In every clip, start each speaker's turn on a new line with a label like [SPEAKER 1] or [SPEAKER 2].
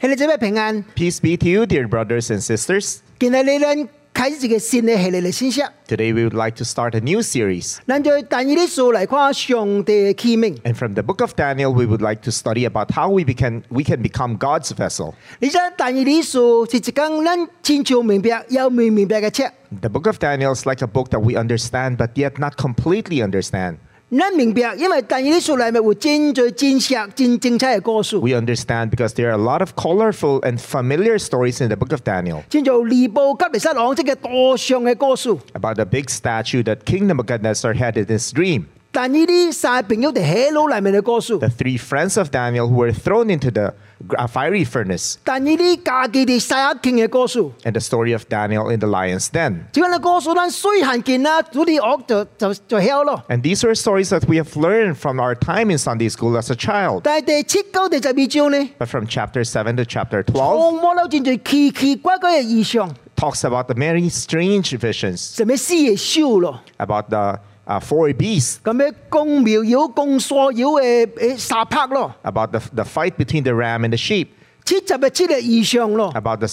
[SPEAKER 1] 希利姐妹平安，
[SPEAKER 2] Peace be to you, dear brothers and sisters.
[SPEAKER 1] 今日你咱开始一個新嘅系列嘅信息，
[SPEAKER 2] Today we would like to start a new series.
[SPEAKER 1] 咱就第二啲書嚟看上帝嘅器皿。
[SPEAKER 2] And from the book of Daniel, we would like to study about how we, become, we can become God's vessel.
[SPEAKER 1] 你知第二啲書是一間咱清楚明白又未明白嘅冊，
[SPEAKER 2] The book of Daniel is like a book that we understand, but yet not completely understand.
[SPEAKER 1] 咱明白，因為第二啲書裏面有真多真實、真精彩嘅故事，
[SPEAKER 2] We understand because there are a lot of colorful and familiar stories in the book of Daniel
[SPEAKER 1] 真做尼布甲尼撒王即個多上嘅故事。
[SPEAKER 2] about the big statue that King Nebuchadnezzar had in his dream,
[SPEAKER 1] 但呢啲晒朋友哋喺腦裏面嘅故事，
[SPEAKER 2] the three friends of Daniel who were thrown into the gr- uh, fiery furnace,
[SPEAKER 1] 但呢啲家己哋晒阿傾嘅故事。
[SPEAKER 2] and the story of Daniel in the lion's den.
[SPEAKER 1] 只要你故事咱水行見啦，做啲惡就就就曉咯。
[SPEAKER 2] And these are stories that we have learned from our time in Sunday school as a child.
[SPEAKER 1] 但係第七九第十二章呢？
[SPEAKER 2] But from chapter 7 to chapter 12,
[SPEAKER 1] 我摸到真侪奇奇怪怪嘅異象，
[SPEAKER 2] talks about the many strange visions,
[SPEAKER 1] 什麼死嘅獸咯，
[SPEAKER 2] about the uh, four beasts,
[SPEAKER 1] 咁咩公廟妖、公所妖嘅誒沙拍咯，
[SPEAKER 2] about the, the fight between the ram and the sheep,
[SPEAKER 1] 七十嘅七個異象咯，
[SPEAKER 2] about the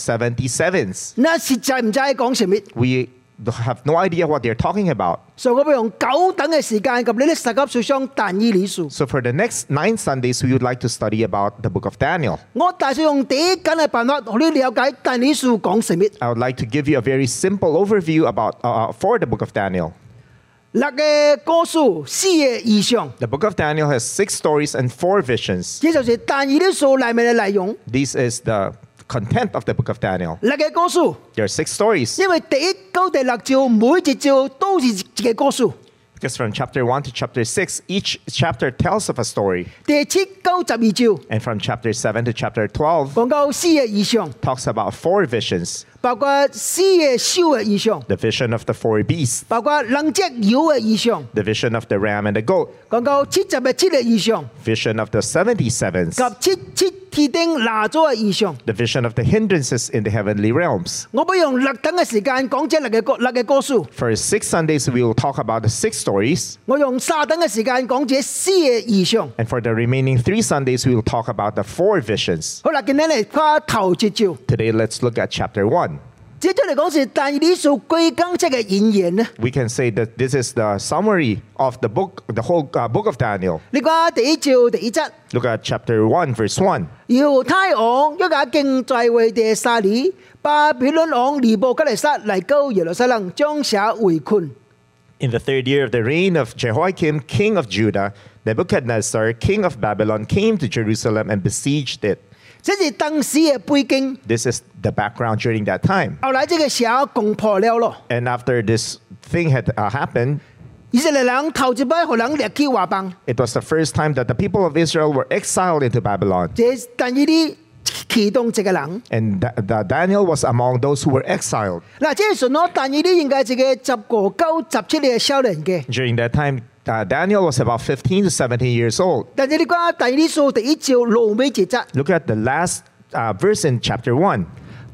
[SPEAKER 2] 77s.
[SPEAKER 1] 那實在唔知係講什麼，
[SPEAKER 2] We have no idea what they're talking about.
[SPEAKER 1] 所以我要用久等嘅時間及呢啲十級書上但以理書，
[SPEAKER 2] So for the next nine Sundays, we would like to study about the book of Daniel.
[SPEAKER 1] 我大致用第一簡嘅辦法，讓你了解但以理書講什麼。
[SPEAKER 2] I would like to give you a very simple overview about uh, for the book of Daniel.
[SPEAKER 1] 六個歌書四個異象，
[SPEAKER 2] The book of Daniel has six stories and four visions.
[SPEAKER 1] 這就是但以理書裡面嘅內容。
[SPEAKER 2] This is the content of the book of Daniel.
[SPEAKER 1] 六個歌書，
[SPEAKER 2] There are six stories.
[SPEAKER 1] 因為第一九第六章每一章都是一個歌書。
[SPEAKER 2] Because from chapter 1 to chapter 6, each chapter tells of a story.
[SPEAKER 1] 第七九十二章
[SPEAKER 2] And from chapter 7 to chapter 12,
[SPEAKER 1] 講到四個異象，
[SPEAKER 2] talks about four visions
[SPEAKER 1] 包括四個小嘅異象，
[SPEAKER 2] the vision of the four beasts,
[SPEAKER 1] 包括兩隻妖嘅異象，
[SPEAKER 2] the vision of the ram and the goat,
[SPEAKER 1] 講到七十嘅七個異象
[SPEAKER 2] vision of the 77s,
[SPEAKER 1] 及七七天頂拿咗嘅異象。
[SPEAKER 2] the vision of the hindrances in the heavenly realms.
[SPEAKER 1] 我要用六等嘅時間講這六嘅歌六嘅歌書，
[SPEAKER 2] For six Sundays, we will talk about the six stories.
[SPEAKER 1] 我用三等嘅時間講這四嘅異象。
[SPEAKER 2] And for the remaining three Sundays, we will talk about the four visions.
[SPEAKER 1] 好啦，今日嚟跨頭一章，
[SPEAKER 2] Today, let's look at chapter 1.
[SPEAKER 1] 這張嚟講是但以理書歸根即嘅引言咧。
[SPEAKER 2] we can say that this is the summary of the book, the whole uh, book of Daniel.
[SPEAKER 1] 你講第一章第一節，
[SPEAKER 2] Look at chapter 1, verse 1.
[SPEAKER 1] 猶太王一家敬在位第三年，巴比倫王尼布甲尼撒嚟到耶路撒冷，將城圍困。
[SPEAKER 2] In the third year of the reign of Jehoiakim, king of Judah, Nebuchadnezzar, king of Babylon, came to Jerusalem and besieged it.
[SPEAKER 1] 這是當時嘅背景。
[SPEAKER 2] This is the background during that time.
[SPEAKER 1] 後來這個城攻破了咯，
[SPEAKER 2] And after this thing had uh, happened,
[SPEAKER 1] 以色列人頭一擺，互人掠去外邦。
[SPEAKER 2] it was the first time that the people of Israel were exiled into Babylon.
[SPEAKER 1] 這但以理其中一個人，
[SPEAKER 2] And Da- Da- Daniel was among those who were exiled.
[SPEAKER 1] 嗱，這時候但以理應該是一個十五到十七嘅少年嘅。
[SPEAKER 2] During that time, uh, Daniel was about 15 to 17 years old.
[SPEAKER 1] 但是你講但以理書第一章落尾一節，
[SPEAKER 2] Look at the last uh, verse in chapter 1.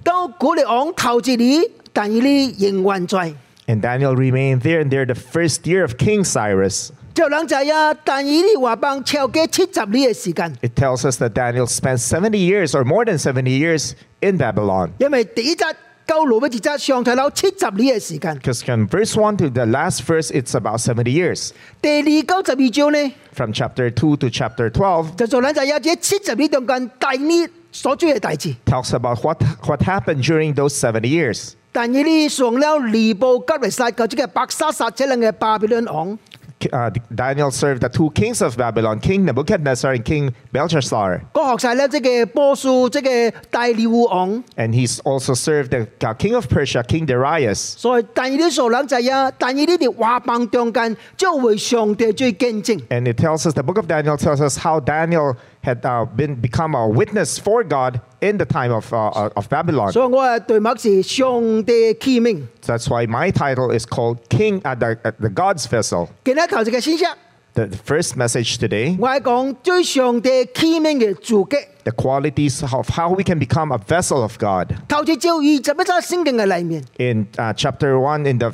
[SPEAKER 1] 當古列王頭一年，但以理仍還在。
[SPEAKER 2] And Daniel remained there, and there the first year of King Cyrus.
[SPEAKER 1] 就人知啊，但以理外邦超過七十年嘅時間，
[SPEAKER 2] It tells us that Daniel spent 70 years or more than 70 years in Babylon.
[SPEAKER 1] 因為第一節到落尾一節上台樓七十年嘅時間。
[SPEAKER 2] Because from verse 1 to the last verse, it's about 70 years.
[SPEAKER 1] 第二九十二章呢？
[SPEAKER 2] From chapter 2 to chapter 12
[SPEAKER 1] 就做咱就有這七十年中間第二所做嘅代志，
[SPEAKER 2] tells about what, what happened during those 70 years.
[SPEAKER 1] 但以理上了尼布甲尼撒及即個白沙撒這兩個巴比倫王，
[SPEAKER 2] K- Uh, Daniel served the two kings of Babylon, King Nebuchadnezzar and King Belshazzar.
[SPEAKER 1] 各學晒了即個波斯即個大利烏王，
[SPEAKER 2] And he's also served the uh, king of Persia, King Darius.
[SPEAKER 1] 所以但以理所人就有，但以理哋話棒中間將為上帝最見證。
[SPEAKER 2] and it tells us the book of daniel tells us how daniel had uh, been become a witness for god in the time of, uh, of babylon
[SPEAKER 1] 所以我嘅題目是上帝嘅器皿。
[SPEAKER 2] that's why my title is called king at the, at the god's vessel
[SPEAKER 1] 今日頭一個信息，
[SPEAKER 2] the, the first message today
[SPEAKER 1] 我係講對上帝器皿嘅注解。
[SPEAKER 2] the qualities of how we can become a vessel of god
[SPEAKER 1] 頭一章二十一章聖經嘅裏面
[SPEAKER 2] in uh, chapter 1 in the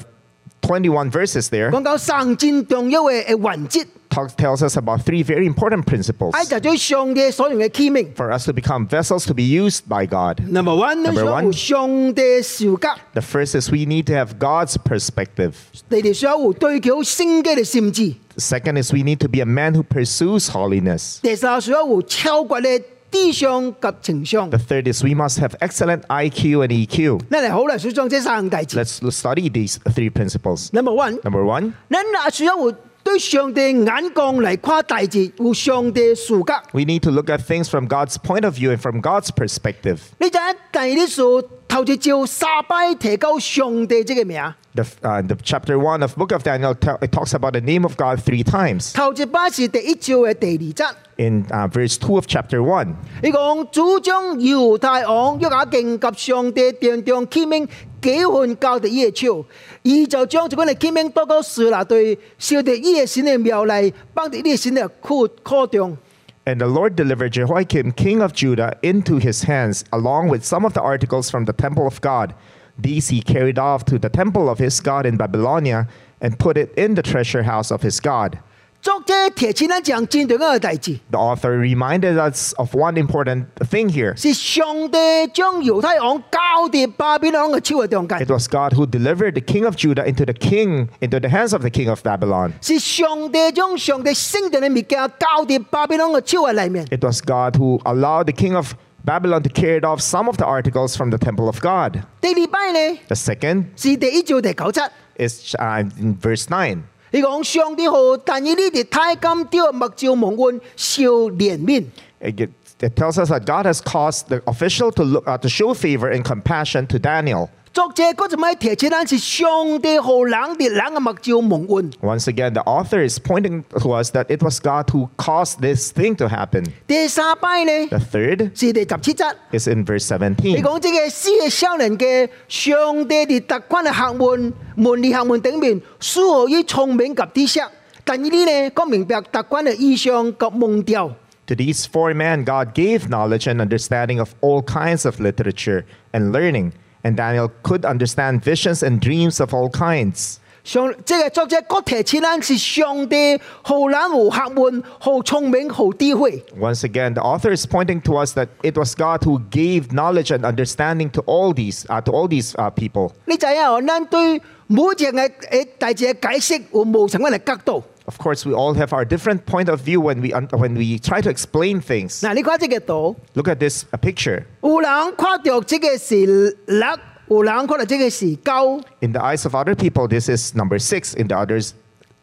[SPEAKER 2] 21 verses there
[SPEAKER 1] 講到三戰重要嘅嘅環節。
[SPEAKER 2] talks, tells us about three very important principles
[SPEAKER 1] 哎，就最上帝所用嘅器皿。
[SPEAKER 2] for us to become vessels to be used by God.
[SPEAKER 1] Number one，你
[SPEAKER 2] Number
[SPEAKER 1] 想
[SPEAKER 2] one
[SPEAKER 1] 有上帝視角，
[SPEAKER 2] The first is we need to have God's perspective.
[SPEAKER 1] 你哋想有對佢有聖潔嘅心智。
[SPEAKER 2] The second is we need to be a man who pursues holiness.
[SPEAKER 1] 第三，想有超越嘅思想及情商
[SPEAKER 2] The。third is we must have excellent IQ and EQ.
[SPEAKER 1] 咱嚟好嚟小將這三項大字。
[SPEAKER 2] Let's let's study these three principles.
[SPEAKER 1] Number one，
[SPEAKER 2] Number one,
[SPEAKER 1] 咱若想有對上帝眼光嚟看大字，有上帝視角。
[SPEAKER 2] we need to look at things from God's point of view and from God's perspective.
[SPEAKER 1] 你就一第呢數頭一招沙拜提高上帝即個名，
[SPEAKER 2] The, f- uh, the chapter one of Book of Daniel tell it talks about the name of God three times.
[SPEAKER 1] 頭一把是第一招嘅第二則。
[SPEAKER 2] In uh, verse two of chapter one,
[SPEAKER 1] 你講主將猶太王約雅敬及上帝殿中器皿幾份交到伊嘅手，伊就將這款嘅器皿倒到樹那對，燒到伊嘅神嘅廟內，放到伊嘅神嘅庫庫中。
[SPEAKER 2] And the Lord delivered Jehoiakim, king of Judah, into his hands, along with some of the articles from the temple of God. These he carried off to the temple of his God in Babylonia and put it in the treasure house of his God.
[SPEAKER 1] 作者提醒咱講戰隊嗰個代志，
[SPEAKER 2] The author reminded us of one important thing here.
[SPEAKER 1] 是上帝將猶太王交到巴比倫嘅手嘅中間
[SPEAKER 2] It。was God who delivered the king of Judah into the king into the hands of the king of Babylon.
[SPEAKER 1] 是上帝將上帝聖殿嘅物件交到巴比倫嘅手嘅裏面。
[SPEAKER 2] It was God who allowed the king of Babylon to carry off some of the articles from the temple of God.
[SPEAKER 1] 第二擺呢，
[SPEAKER 2] The second
[SPEAKER 1] 是第一章第九節。
[SPEAKER 2] is uh, in verse 9.
[SPEAKER 1] 你講上帝好，但以你哋太金雕目照蒙恩，笑憐憫。
[SPEAKER 2] It, get- it tells us that God has caused the official to, look, uh, to show favor and compassion to Daniel.
[SPEAKER 1] 作者嗰陣咪提出咱是上帝好人哋人嘅目照蒙恩。
[SPEAKER 2] Once again, the author is pointing to us that it was God who caused this thing to happen.
[SPEAKER 1] 第三擺呢
[SPEAKER 2] The third
[SPEAKER 1] 是第十七節。
[SPEAKER 2] is in verse
[SPEAKER 1] 你
[SPEAKER 2] 17.
[SPEAKER 1] 講即個四嘅少年嘅上帝哋特困嘅學問，門里學問頂面，適合於聰明及知識。但以你呢，講明白特困嘅意象及夢調。
[SPEAKER 2] To these four men, God gave knowledge and understanding of all kinds of literature and learning, and Daniel could understand visions and dreams of all kinds.
[SPEAKER 1] 上即係作者嗰提醒咱是上帝好人好學問好聰明好智慧。
[SPEAKER 2] Once again, the author is pointing to us that it was God who gave knowledge and understanding to all these, uh, to all these uh, people.
[SPEAKER 1] 你知影哦，咱對每一樣嘅誒大致嘅解釋有無同款嘅角度。
[SPEAKER 2] Of course, we all have our different point of view when we un- when we try to explain things.
[SPEAKER 1] 嗱，你看即個圖，
[SPEAKER 2] Look at this a picture.
[SPEAKER 1] 有人看到即個是六，有人看到即個是九。
[SPEAKER 2] In the eyes of other people, this is number six. In the others,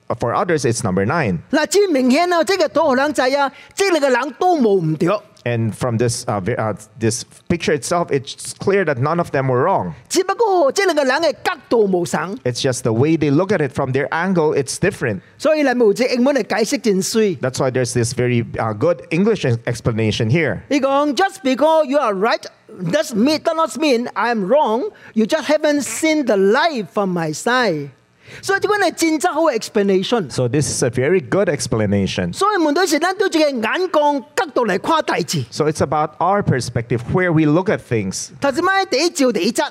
[SPEAKER 2] uh, for others, it's number nine.
[SPEAKER 1] 嗱，最明顯啊，即個圖互人知啊，即兩個人都冇唔對，
[SPEAKER 2] And from this uh, vi- uh, this picture itself, it's clear that none of them were wrong.
[SPEAKER 1] 只不哦過即兩個人嘅角度無同，
[SPEAKER 2] It's just the way they look at it from their angle. It's different.
[SPEAKER 1] 所以咱有隻英文嘅解釋真水。
[SPEAKER 2] That's why there's this very uh, good English ex- explanation here.
[SPEAKER 1] 你講 just because you are right does mean does not mean I'm wrong. You just haven't seen the light from my side. 所以即款係真正好嘅 explanation。
[SPEAKER 2] So this is a very good explanation.
[SPEAKER 1] 所以問題是，咱對一個眼光角度嚟看大字。
[SPEAKER 2] So it's about our perspective, where we look at things.
[SPEAKER 1] 頭先咪第一照第一則，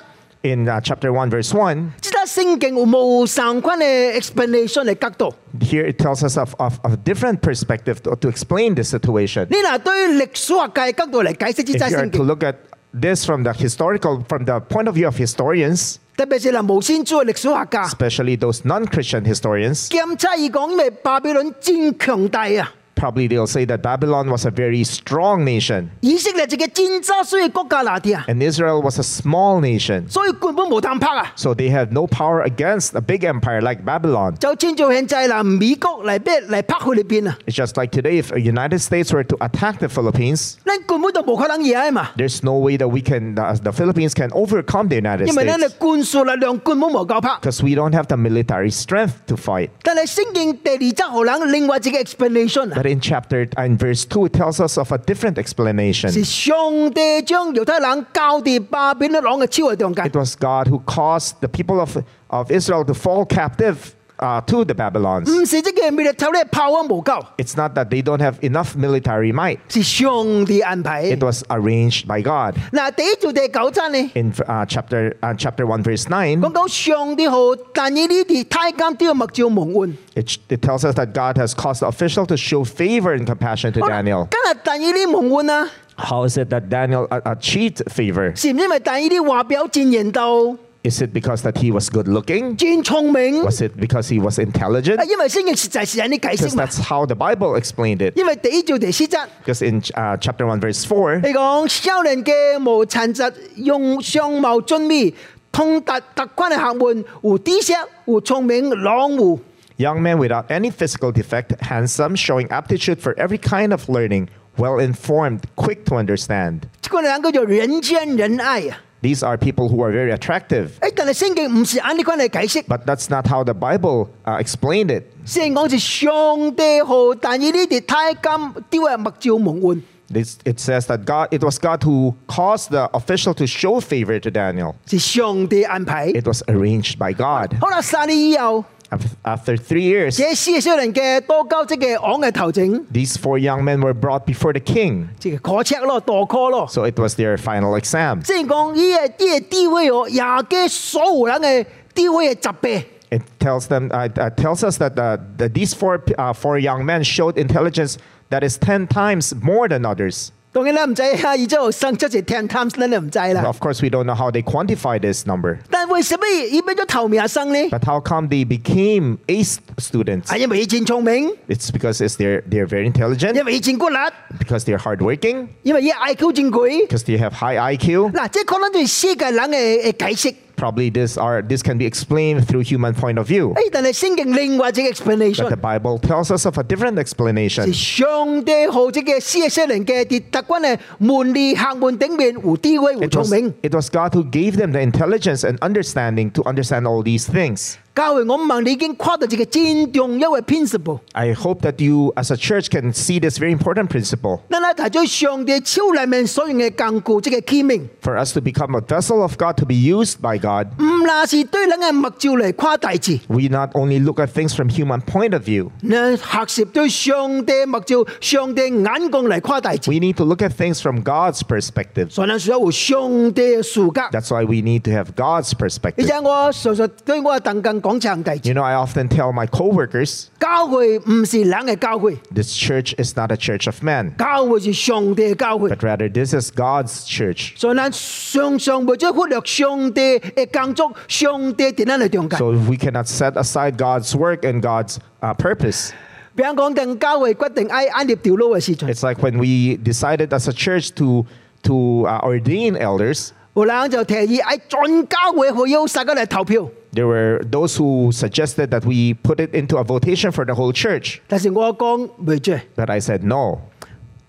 [SPEAKER 2] In uh, chapter one, verse one.
[SPEAKER 1] 即個聖經有無相關嘅 explanation 嘅角度。
[SPEAKER 2] Here it tells us of, of, of a different perspective to, to explain this situation.
[SPEAKER 1] 你若對歷史學界嘅角度嚟解釋即個
[SPEAKER 2] If you are
[SPEAKER 1] 聖
[SPEAKER 2] to
[SPEAKER 1] 經，
[SPEAKER 2] look at this from the historical, from the point of view of historians,
[SPEAKER 1] 特別是嗱無先知嘅歷史學家，
[SPEAKER 2] especially those non-Christian historians,
[SPEAKER 1] 檢查伊講，因為巴比倫真強大啊！
[SPEAKER 2] probably they'll say that Babylon was a very strong nation
[SPEAKER 1] 以色列一個真正衰嘅國家嚟啲啊，
[SPEAKER 2] and Israel was a small nation.
[SPEAKER 1] 所以根本無通拍啊！
[SPEAKER 2] So they had no power against a big empire like Babylon.
[SPEAKER 1] 就親像現在嗱，美國嚟俾嚟拍菲律賓啊，
[SPEAKER 2] It's just like today, if the United States were to attack the Philippines,
[SPEAKER 1] 咱根本就無可能贏嘛，
[SPEAKER 2] there's no way that we can, uh, the Philippines can overcome the United
[SPEAKER 1] 因為咱嘅
[SPEAKER 2] States
[SPEAKER 1] 軍事力量根本無夠拍。
[SPEAKER 2] because we don't have the military strength to fight.
[SPEAKER 1] 但係聖經第二則荷人另外一個 explanation 啊
[SPEAKER 2] But，in chapter and verse 2, it tells us of a different explanation.
[SPEAKER 1] 是上帝將猶太人交到巴比倫王嘅手嘅中間
[SPEAKER 2] It。was God who caused the people of, of Israel to fall captive uh, to the Babylons.
[SPEAKER 1] 唔是即個 military power 無夠，
[SPEAKER 2] It's not that they don't have enough military might.
[SPEAKER 1] 是上帝安排
[SPEAKER 2] It。was arranged by God.
[SPEAKER 1] 嗱，第一做第九章呢，
[SPEAKER 2] In uh, chapter uh, chapter 1 verse 9,
[SPEAKER 1] 講到上帝好，但以呢啲太監都要目照蒙恩。
[SPEAKER 2] it, it tells us that God has caused the official to show favor and compassion to
[SPEAKER 1] 好啦
[SPEAKER 2] Daniel.
[SPEAKER 1] 今日但以呢蒙恩啊，
[SPEAKER 2] How is it that Daniel uh, achieved favor?
[SPEAKER 1] 是唔因為但以呢話表戰言道、
[SPEAKER 2] Is it because that he was good looking?
[SPEAKER 1] 戰聰明？
[SPEAKER 2] Was it because he was
[SPEAKER 1] 啊，
[SPEAKER 2] intelligent?
[SPEAKER 1] 因為聖經實在是有啲解
[SPEAKER 2] Because
[SPEAKER 1] 釋嘛。
[SPEAKER 2] that's how the Bible explained it.
[SPEAKER 1] 因為第一做第四章，
[SPEAKER 2] Because in uh, chapter 1 verse 4,
[SPEAKER 1] 你講少年嘅無殘疾，用相貌俊美，通達特關嘅學門，胡知識，胡聰明，朗胡。
[SPEAKER 2] Young men without any physical defect, handsome, showing aptitude for every kind of learning, well informed, quick to understand.
[SPEAKER 1] 呢個兩個叫人間仁愛啊！
[SPEAKER 2] These are people who are very attractive.
[SPEAKER 1] 誒，但係聖經唔是按呢關嚟解釋，
[SPEAKER 2] But that's not how the Bible uh, explained it.
[SPEAKER 1] 聖經講是上帝好，但以呢啲太監丟係目照蒙恩。
[SPEAKER 2] This, it says that God, it was God who caused the official to show favor to Daniel.
[SPEAKER 1] 是上帝安排。
[SPEAKER 2] It was arranged by God.
[SPEAKER 1] 好啦，殺你以後，
[SPEAKER 2] Af- After three years,
[SPEAKER 1] 這四個小人嘅多交即嘅昂嘅頭整，
[SPEAKER 2] these four young men were brought before the king.
[SPEAKER 1] 即係可赤咯，墮科咯。
[SPEAKER 2] So it was their final exam.
[SPEAKER 1] 即係講呢個呢個地位哦，廿嘅所有人嘅地位嘅責備，
[SPEAKER 2] It tells them uh, uh, tells us that uh, that these four p- uh, four young men showed intelligence that is ten times more than others.
[SPEAKER 1] 當然啦唔使啊，而之後生出嚟 ten times 咧就唔制
[SPEAKER 2] Now,
[SPEAKER 1] 啦。
[SPEAKER 2] of course, we don't know how they quantify this number,
[SPEAKER 1] 但為什麼要俾咗頭名生呢？
[SPEAKER 2] but how come they became ace students?
[SPEAKER 1] 係因為以前聰明，
[SPEAKER 2] It's because it's they're they're very intelligent,
[SPEAKER 1] 因為以前骨力，
[SPEAKER 2] because they're hardworking,
[SPEAKER 1] 因為以 IQ 正舉。
[SPEAKER 2] because they have high IQ.
[SPEAKER 1] 嗱，即係可能對世界人嘅嘅解釋。
[SPEAKER 2] Probably this are this can be explained through human point of
[SPEAKER 1] 誒，
[SPEAKER 2] view.
[SPEAKER 1] 但係聖經另外一個
[SPEAKER 2] But the
[SPEAKER 1] explanation
[SPEAKER 2] Bible tells us of a different
[SPEAKER 1] 是
[SPEAKER 2] explanation.
[SPEAKER 1] 上帝好即嘅四十人嘅啲特軍嘅門利客門頂面胡地位胡
[SPEAKER 2] It was,
[SPEAKER 1] 聰明，
[SPEAKER 2] it was God who gave them the intelligence and understanding to understand all these things.
[SPEAKER 1] 教會我問你已經跨到一個戰重優嘅 principle。
[SPEAKER 2] I hope that you, as a church, can see this very important principle.
[SPEAKER 1] 嗱嗱，提咗上帝超能面所用嘅更固即嘅 k 明，
[SPEAKER 2] For us to become a vessel of God to be used by God,
[SPEAKER 1] 唔那是對人嘅目照嚟誇大字，
[SPEAKER 2] we not only look at things from human point of view,
[SPEAKER 1] 你學習對上帝目照、上帝眼光嚟誇大字，
[SPEAKER 2] we need to look at things from God's perspective.
[SPEAKER 1] 所以能需要有上帝嘅視角。
[SPEAKER 2] That's why we need to have God's
[SPEAKER 1] 你
[SPEAKER 2] perspective.
[SPEAKER 1] 知我常常對我嘅同工講長大字
[SPEAKER 2] You，know, I often tell my coworkers,
[SPEAKER 1] 教會唔是人嘅教會，
[SPEAKER 2] this church is not a church of men,
[SPEAKER 1] 教會是上帝嘅教會。
[SPEAKER 2] but rather this is God's church.
[SPEAKER 1] 所以咱常常為咗忽略上帝嘅工作，上帝點樣嚟中間？
[SPEAKER 2] So we cannot set aside God's work and God's uh, purpose.
[SPEAKER 1] 比如講，定教會決定要按立條路嘅時陣，
[SPEAKER 2] It's like when we decided as a church to to uh, ordain elders.
[SPEAKER 1] 有人就提哎議喺全教會去要殺佢嚟投票。
[SPEAKER 2] There were those who suggested that we put it into a votation for the whole church.
[SPEAKER 1] 但是我講未做，
[SPEAKER 2] But I said no,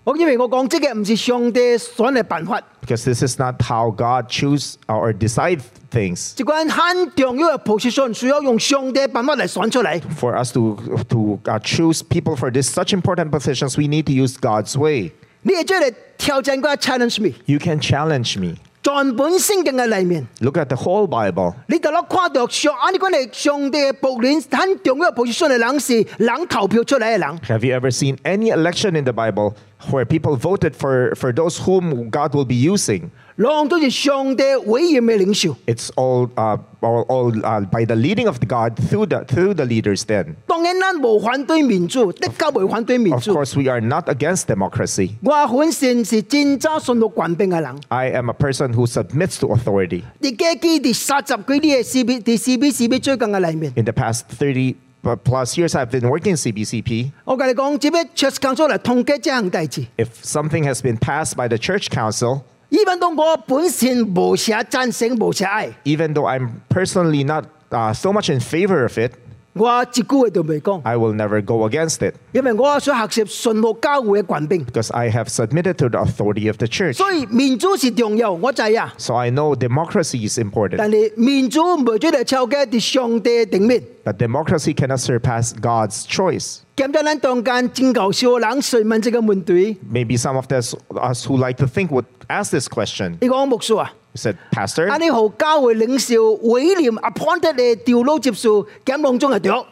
[SPEAKER 1] 我因為我講即嘅唔是上帝所嘅辦法，
[SPEAKER 2] because this is not how God choose uh, or decide things.
[SPEAKER 1] 即關很重要嘅 position 需要用上帝辦法嚟選出嚟。
[SPEAKER 2] For us to to uh, choose people for this such important positions, we need to use God's way.
[SPEAKER 1] 你係做嚟挑戰我 challenge me，
[SPEAKER 2] You can challenge me.
[SPEAKER 1] 在本聖經嘅裏面，
[SPEAKER 2] Look at the whole Bible.
[SPEAKER 1] 你就攞跨到上，按你講嚟上帝嘅僕人很重要嘅 position 嘅人是人投票出嚟嘅人，
[SPEAKER 2] Have you ever seen any election in the Bible where people voted for, for those whom God will be using?
[SPEAKER 1] 人都是上帝委任嘅領袖。
[SPEAKER 2] It's all, uh, all, all uh, by the leading of God through the, through the leaders then.
[SPEAKER 1] 當然，咱無反對民主，的確無反對民
[SPEAKER 2] Of
[SPEAKER 1] 主。
[SPEAKER 2] course, we are not against democracy.
[SPEAKER 1] 我本身是真正信服官兵嘅人。
[SPEAKER 2] I am a person who submits to authority.
[SPEAKER 1] 你記記第三十幾年嘅 CB 第 CBCB 最近嘅裏面，
[SPEAKER 2] In the past 30 p- plus years, I've been working in CBCP.
[SPEAKER 1] 我跟你講，只要 Church Council 嚟統計這項代志。
[SPEAKER 2] If something has been passed by the church council,
[SPEAKER 1] 依番當我本身無寫贊成，無寫愛，
[SPEAKER 2] even though I'm personally not uh, so much in favor of it,
[SPEAKER 1] 我一句話都未講，
[SPEAKER 2] I will never go against it
[SPEAKER 1] 因為我想學習信服教會嘅官兵。
[SPEAKER 2] because I have submitted to the authority of the church.
[SPEAKER 1] 所以民主是重要，我知啊。
[SPEAKER 2] So I know democracy is important,
[SPEAKER 1] 但係民主唔做嚟超過喺上帝嘅頂面。
[SPEAKER 2] but democracy cannot surpass God's choice.
[SPEAKER 1] 兼且咱中間真搞笑的人詢問這個問題，
[SPEAKER 2] Maybe some of us, us who like to think would ask this question.
[SPEAKER 1] 你講牧師啊？
[SPEAKER 2] He said, Pastor,
[SPEAKER 1] 安尼，互教會領袖威廉 appointed 嘅調路接受，檢當中係對。
[SPEAKER 2] Uh,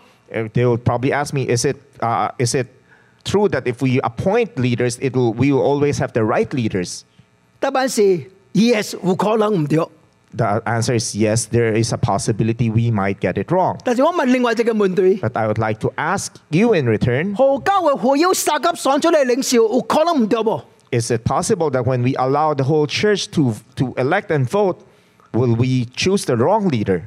[SPEAKER 2] They will probably ask me, is it, uh, is it true that if we appoint leaders, it will, we will always have the right leaders?
[SPEAKER 1] 答案是 yes，有可能唔對。
[SPEAKER 2] The answer is yes, there is a possibility we might get it wrong.
[SPEAKER 1] 但是我問另外一個問題：
[SPEAKER 2] But I would like to ask you in return
[SPEAKER 1] 何家嘅何要殺急選出嚟領袖，有可能唔對噃？
[SPEAKER 2] is it possible that when we allow the whole church to, to elect and vote, will we choose the wrong leader?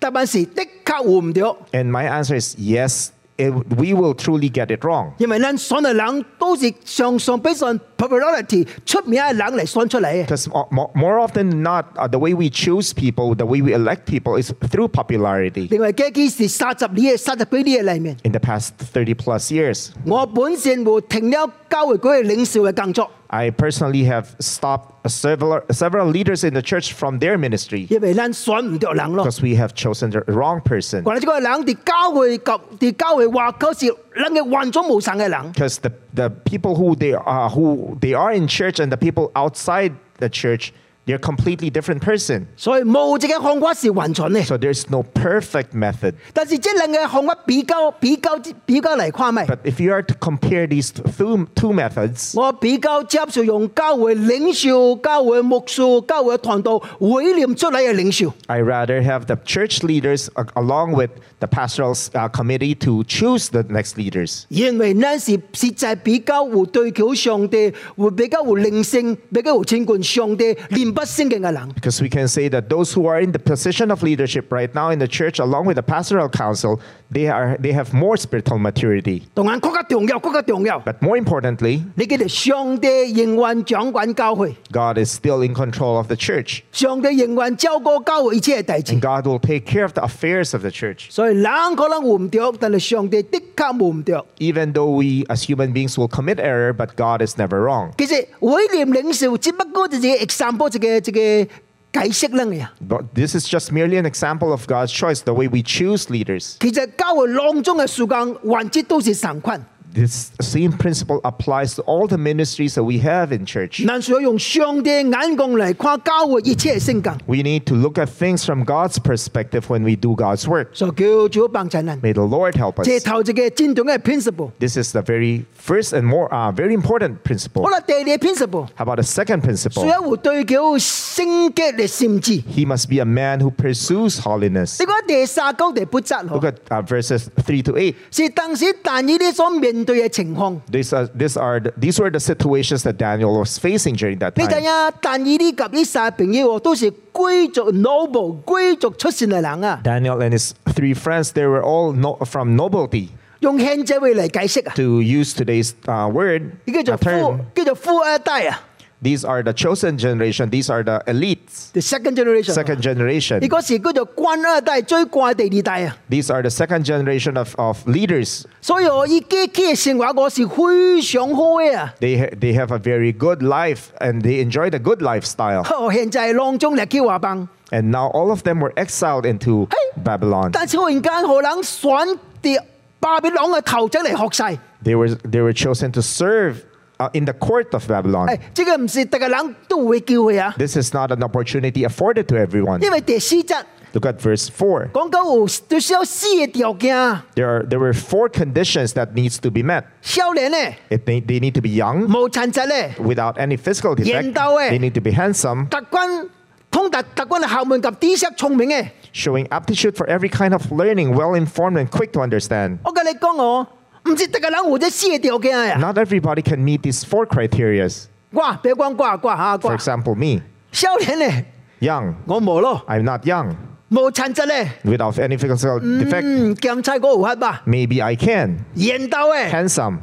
[SPEAKER 1] 答案是的確有唔對，
[SPEAKER 2] And my answer is yes, it, we will truly get it wrong.
[SPEAKER 1] 因為咱選嘅人都是常常比上 popularity 出名嘅人嚟選出嚟嘅。
[SPEAKER 2] Because more, more often than not, uh, the way we choose people, the way we elect people is through popularity.
[SPEAKER 1] 另外嘅幾是三十年嘅、三十幾年嘅裏面，
[SPEAKER 2] In the past 30 plus years,
[SPEAKER 1] 我本身冇停了教會嗰嘅領袖嘅工作，
[SPEAKER 2] I personally have stopped several, several leaders in the church from their ministry
[SPEAKER 1] 因為咱選唔對人咯。
[SPEAKER 2] because we have chosen the wrong person.
[SPEAKER 1] 我哋呢個人哋教會及哋教會話佢是人嘅患咗無神嘅人。
[SPEAKER 2] Because the, the people who they are who they are in church and the people outside the church, they're completely different person.
[SPEAKER 1] 所以冇一個方法是完全嘅，
[SPEAKER 2] So there's no perfect method.
[SPEAKER 1] 但是這兩個方法比較比較比較嚟看咪，
[SPEAKER 2] But if you are to compare these two, two methods,
[SPEAKER 1] 我比較接受用教會領袖、教會牧師、教會團隊委任出嚟嘅領袖，
[SPEAKER 2] I rather have the church leaders a- along with the pastoral uh, committee to choose the next leaders
[SPEAKER 1] 因為那是實在比較會對求上帝，會比較會靈性，比較會親近上帝、念不聖經嘅人。
[SPEAKER 2] because we can say that those who are in the position of leadership right now in the church along with the pastoral council, they are they have more spiritual maturity.
[SPEAKER 1] 當然更加重要，更加重要。
[SPEAKER 2] But more importantly,
[SPEAKER 1] 你記得上帝仍然掌管教會，
[SPEAKER 2] God is still in control of the church.
[SPEAKER 1] 上帝仍然照顧教會一切嘅大事
[SPEAKER 2] And。God will take care of the affairs of the church.
[SPEAKER 1] 所以人可能換唔着，但係上帝的確換唔着。
[SPEAKER 2] Even though we as human beings will commit error, but God is never wrong.
[SPEAKER 1] 其實委任領袖只不過就係一個 example 一個一個解釋啦呀。
[SPEAKER 2] But this is just merely an example of God's choice, the way we choose leaders.
[SPEAKER 1] 其實教會當中嘅時間環節都是神棍，
[SPEAKER 2] This same principle applies to all the ministries that we have in church.
[SPEAKER 1] 難需要用上帝眼光嚟看教會一切嘅性格。
[SPEAKER 2] We need to look at things from God's perspective when we do God's work.
[SPEAKER 1] 所以叫主幫襯人。
[SPEAKER 2] May the Lord help us.
[SPEAKER 1] 這頭一個真正嘅 principle。
[SPEAKER 2] This is the very first and more uh, very important principle.
[SPEAKER 1] 好啦，第二個 principle，
[SPEAKER 2] How about a second
[SPEAKER 1] 需
[SPEAKER 2] principle?
[SPEAKER 1] 要有對叫性格嘅心智。
[SPEAKER 2] He must be a man who pursues holiness.
[SPEAKER 1] 你講第三講第八節
[SPEAKER 2] Look
[SPEAKER 1] 嗬，
[SPEAKER 2] at uh, verses three to eight.
[SPEAKER 1] 是當時但以理所面對嘅情況。
[SPEAKER 2] These are, these are the- these were the situations that Daniel was facing during that
[SPEAKER 1] 你睇
[SPEAKER 2] time.
[SPEAKER 1] 下，但以理及呢三朋友哦都是貴族 noble 貴族出身嘅人啊，
[SPEAKER 2] Daniel and his three friends, they were all no, from nobility.
[SPEAKER 1] 用現在會嚟解釋啊，
[SPEAKER 2] To use today's uh, word,
[SPEAKER 1] 叫
[SPEAKER 2] a
[SPEAKER 1] 做富
[SPEAKER 2] term,
[SPEAKER 1] 叫做富二代啊
[SPEAKER 2] these are the chosen generation. These are the elites,
[SPEAKER 1] ，the second generation 啊。
[SPEAKER 2] second
[SPEAKER 1] 你
[SPEAKER 2] generation.
[SPEAKER 1] 嗰時叫做官二代，最貴第二代啊，
[SPEAKER 2] These are the second generation of, of leaders.
[SPEAKER 1] 所以哦我以基基嘅生活我是非常好嘅啊。
[SPEAKER 2] They, ha- they have a very good life and they enjoyed a good lifestyle.
[SPEAKER 1] 我現在浪中嚟叫話棒，
[SPEAKER 2] And now all of them were exiled into
[SPEAKER 1] Hey.
[SPEAKER 2] Babylon.
[SPEAKER 1] 但是忽然間荷蘭選啲巴比朗嘅頭仔嚟學晒，
[SPEAKER 2] They were, they were chosen to serve uh, in the court of Babylon.
[SPEAKER 1] 誒，這個唔是大家人都會叫佢啊，
[SPEAKER 2] This is not an opportunity afforded to everyone.
[SPEAKER 1] 因為第四則
[SPEAKER 2] Look at verse 4.
[SPEAKER 1] 講到有對有私嘅條件啊。
[SPEAKER 2] There, are, there were four conditions that needs to be met.
[SPEAKER 1] 少年咧，
[SPEAKER 2] It, they, they need to be young,
[SPEAKER 1] 無殘疾咧，
[SPEAKER 2] without any physical defect.
[SPEAKER 1] Yentao eh.
[SPEAKER 2] They need to be handsome,
[SPEAKER 1] 特軍通達特軍嘅校門及知識聰明嘅。
[SPEAKER 2] showing aptitude for every kind of learning, well-informed and quick to understand.
[SPEAKER 1] 我跟你哦講我，唔知得個人或者私嘅條件啊！
[SPEAKER 2] Not everybody can meet these four criterias.
[SPEAKER 1] 哇，別講掛掛下
[SPEAKER 2] For
[SPEAKER 1] 掛。
[SPEAKER 2] example, me,
[SPEAKER 1] 啊少年咧，
[SPEAKER 2] young.
[SPEAKER 1] 我冇咯，
[SPEAKER 2] I'm not young,
[SPEAKER 1] 無殘疾咧，
[SPEAKER 2] without any physical defect.
[SPEAKER 1] 嗯，檢差嗰胡黑吧，
[SPEAKER 2] Maybe I can.
[SPEAKER 1] 現到嘅，
[SPEAKER 2] Handsome.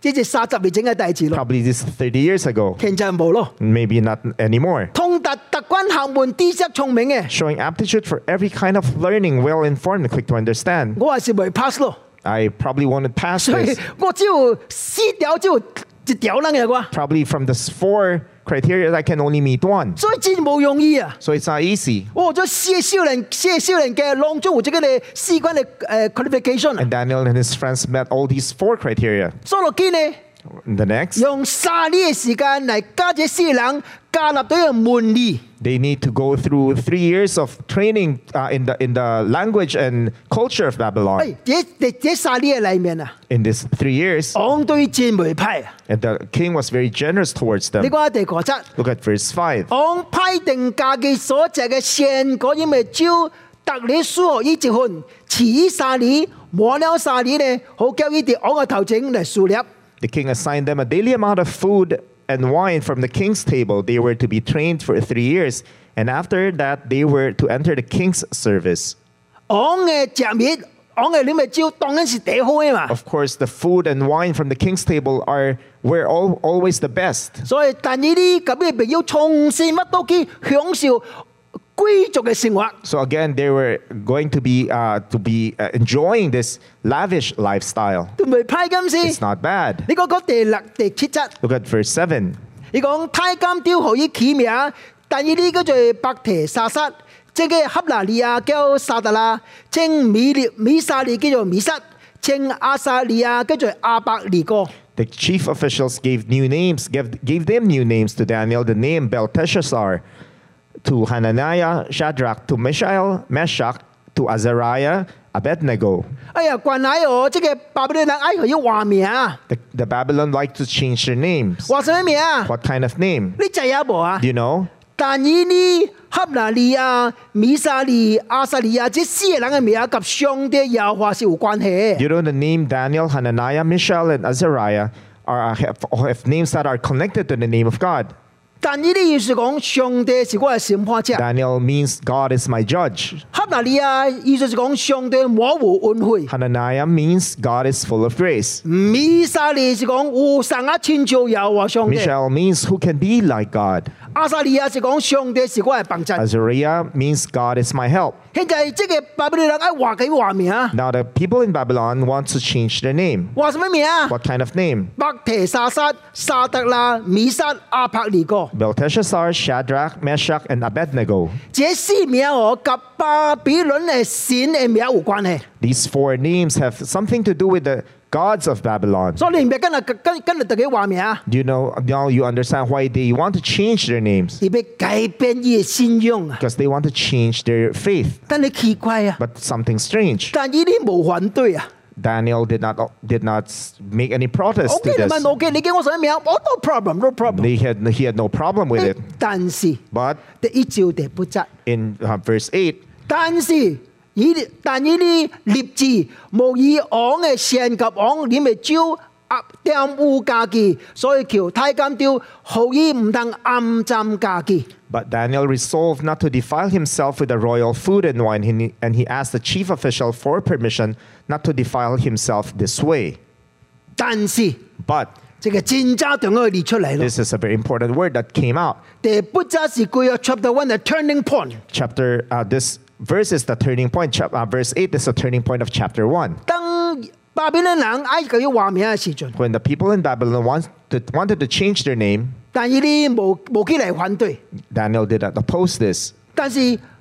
[SPEAKER 1] 即係三十年整嘅大字咯，
[SPEAKER 2] Probably this 30 years ago.
[SPEAKER 1] 現在冇咯。
[SPEAKER 2] Maybe not anymore.
[SPEAKER 1] 通達特軍校門知識聰明嘅，
[SPEAKER 2] showing aptitude for every kind of learning, well informed and quick to understand.
[SPEAKER 1] 我係是未 pass 咯，
[SPEAKER 2] I probably won't pass
[SPEAKER 1] 所以
[SPEAKER 2] this.
[SPEAKER 1] 我只要私條只要一條啦嘅啩，
[SPEAKER 2] Probably from the four criteria, I can only meet one.
[SPEAKER 1] 所以真冇容易啊！
[SPEAKER 2] So it's not easy.
[SPEAKER 1] 我咗四哦少年，四少年嘅浪中或者嘅你士官嘅誒 qualification 啊
[SPEAKER 2] 哎 And Daniel and his friends met all these four criteria.
[SPEAKER 1] 所以落機呢，
[SPEAKER 2] The next,
[SPEAKER 1] 用三年嘅時間嚟加這四人加入到一個門裏，
[SPEAKER 2] they need to go through three years of training uh, in the in the language and culture of
[SPEAKER 1] 哎
[SPEAKER 2] Babylon.
[SPEAKER 1] 這這這三年嘅裏面啊，
[SPEAKER 2] In these three years,
[SPEAKER 1] 昂對戰媒派啊，
[SPEAKER 2] and the king was very generous towards
[SPEAKER 1] 你
[SPEAKER 2] them.
[SPEAKER 1] 講下第個則，
[SPEAKER 2] Look at verse five.
[SPEAKER 1] 昂批定價嘅所值嘅成果因為招特里蘇學依接看，此三年摸了三年咧，好叫呢啲昂嘅頭整嚟樹立。
[SPEAKER 2] The king assigned them a daily amount of food and wine from the king's table. They were to be trained for three years, and after that, they were to enter the king's service.
[SPEAKER 1] 昂嘅食物，昂嘅你咪招當緊是第好嘅嘛，
[SPEAKER 2] Of course, the food and wine from the king's table are were all, always the best.
[SPEAKER 1] 所以但呢啲咁嘅朋友從事乜都見享受貴族嘅生活。
[SPEAKER 2] So again, they were going to be uh, to be uh, enjoying this lavish lifestyle.
[SPEAKER 1] 都未批金先
[SPEAKER 2] It's。not bad.
[SPEAKER 1] 你講講第六、第七則，
[SPEAKER 2] Look at verse seven.
[SPEAKER 1] 你講太監雕豪以起名，但以呢個就係白提沙塞，即係恰拿利亞叫沙特啦，稱米列米沙利叫做米塞，稱阿撒利亞叫做阿伯利哥。
[SPEAKER 2] The chief officials gave new names, gave, gave them new names to Daniel, the name Belteshazzar, to Hananiah, Shadrach, to Mishael, Meshach, to Azariah, Abednego.
[SPEAKER 1] 哎呀，慣奶哦，即係巴比倫人哎佢要話名，
[SPEAKER 2] The, the Babylon liked to change their names.
[SPEAKER 1] 話什麼名啊？
[SPEAKER 2] What kind of name?
[SPEAKER 1] 你制有無啊
[SPEAKER 2] Do？you know?
[SPEAKER 1] 但以呢恰拿利亞、米沙利、阿撒利亞這四個人嘅名及上帝耶和華是有關係。
[SPEAKER 2] You know the name Daniel, Hananiah, Mishael, and Azariah are uh, have, have names that are connected to the name of God.
[SPEAKER 1] 但呢啲意思講，上帝是我嘅審判者。
[SPEAKER 2] Daniel means God is my judge.
[SPEAKER 1] 恰拿利亞意思是講，上帝模糊恩惠。
[SPEAKER 2] Hananiah means God is full of grace.
[SPEAKER 1] 米沙利是講互神啊千兆有啊上帝。
[SPEAKER 2] Mishael means who can be like God.
[SPEAKER 1] 阿撒利亞是講上帝是我嘅棒
[SPEAKER 2] 哎
[SPEAKER 1] 陣。
[SPEAKER 2] Azariah means God is my help.
[SPEAKER 1] 現在即係巴比倫人喺話緊話名啊，
[SPEAKER 2] Now the people in Babylon want to change their name.
[SPEAKER 1] 話什麼名啊？
[SPEAKER 2] What kind of name?
[SPEAKER 1] 白提沙撒、沙特拉、米沙、阿柏尼哥，
[SPEAKER 2] Belteshazzar, Shadrach, Meshach, and Abednego.
[SPEAKER 1] 這四名哦及巴比倫嘅神嘅名有關係。
[SPEAKER 2] These four names have something to do with the gods of Babylon.
[SPEAKER 1] 所以你唔係跟啊跟跟住特己話名啊，
[SPEAKER 2] Do you know now you understand why they want to change their names?
[SPEAKER 1] 而被改變呢個信仰啊，
[SPEAKER 2] Because they want to change their faith.
[SPEAKER 1] 但你奇怪啊，
[SPEAKER 2] But something strange.
[SPEAKER 1] 但呢啲冇反對啊。
[SPEAKER 2] Daniel did not did not make any protest
[SPEAKER 1] OK，你
[SPEAKER 2] to
[SPEAKER 1] 問
[SPEAKER 2] this.
[SPEAKER 1] 我嘅，你叫我想咩啊？我 no problem，no problem。
[SPEAKER 2] They had he had no problem with it.
[SPEAKER 1] 但是
[SPEAKER 2] But
[SPEAKER 1] 第一照第不質，
[SPEAKER 2] in uh, verse 8,
[SPEAKER 1] 但是以但呢啲劣字無以昂嘅善及昂，你咪招壓玷污家己，所以叫太監掉，好以唔能暗占家己。
[SPEAKER 2] But Daniel resolved not to defile himself with the royal food and wine, and- and he asked the chief official for permission not to defile himself this way.
[SPEAKER 1] 但是
[SPEAKER 2] But
[SPEAKER 1] 即係戰爭同佢列出嚟咯。
[SPEAKER 2] this is a very important word that came out.
[SPEAKER 1] 第不質是佢有 chapter one 嘅 turning point。
[SPEAKER 2] Chapter uh, this verse is the turning point. Chap- uh, verse eight is the turning point of chapter one.
[SPEAKER 1] 當巴比倫人埃及嘅話名嘅時陣，
[SPEAKER 2] When the people in Babylon want to- wanted to change their name,
[SPEAKER 1] 但呢啲無無機嚟反對。
[SPEAKER 2] Daniel did not oppose this,
[SPEAKER 1] 但是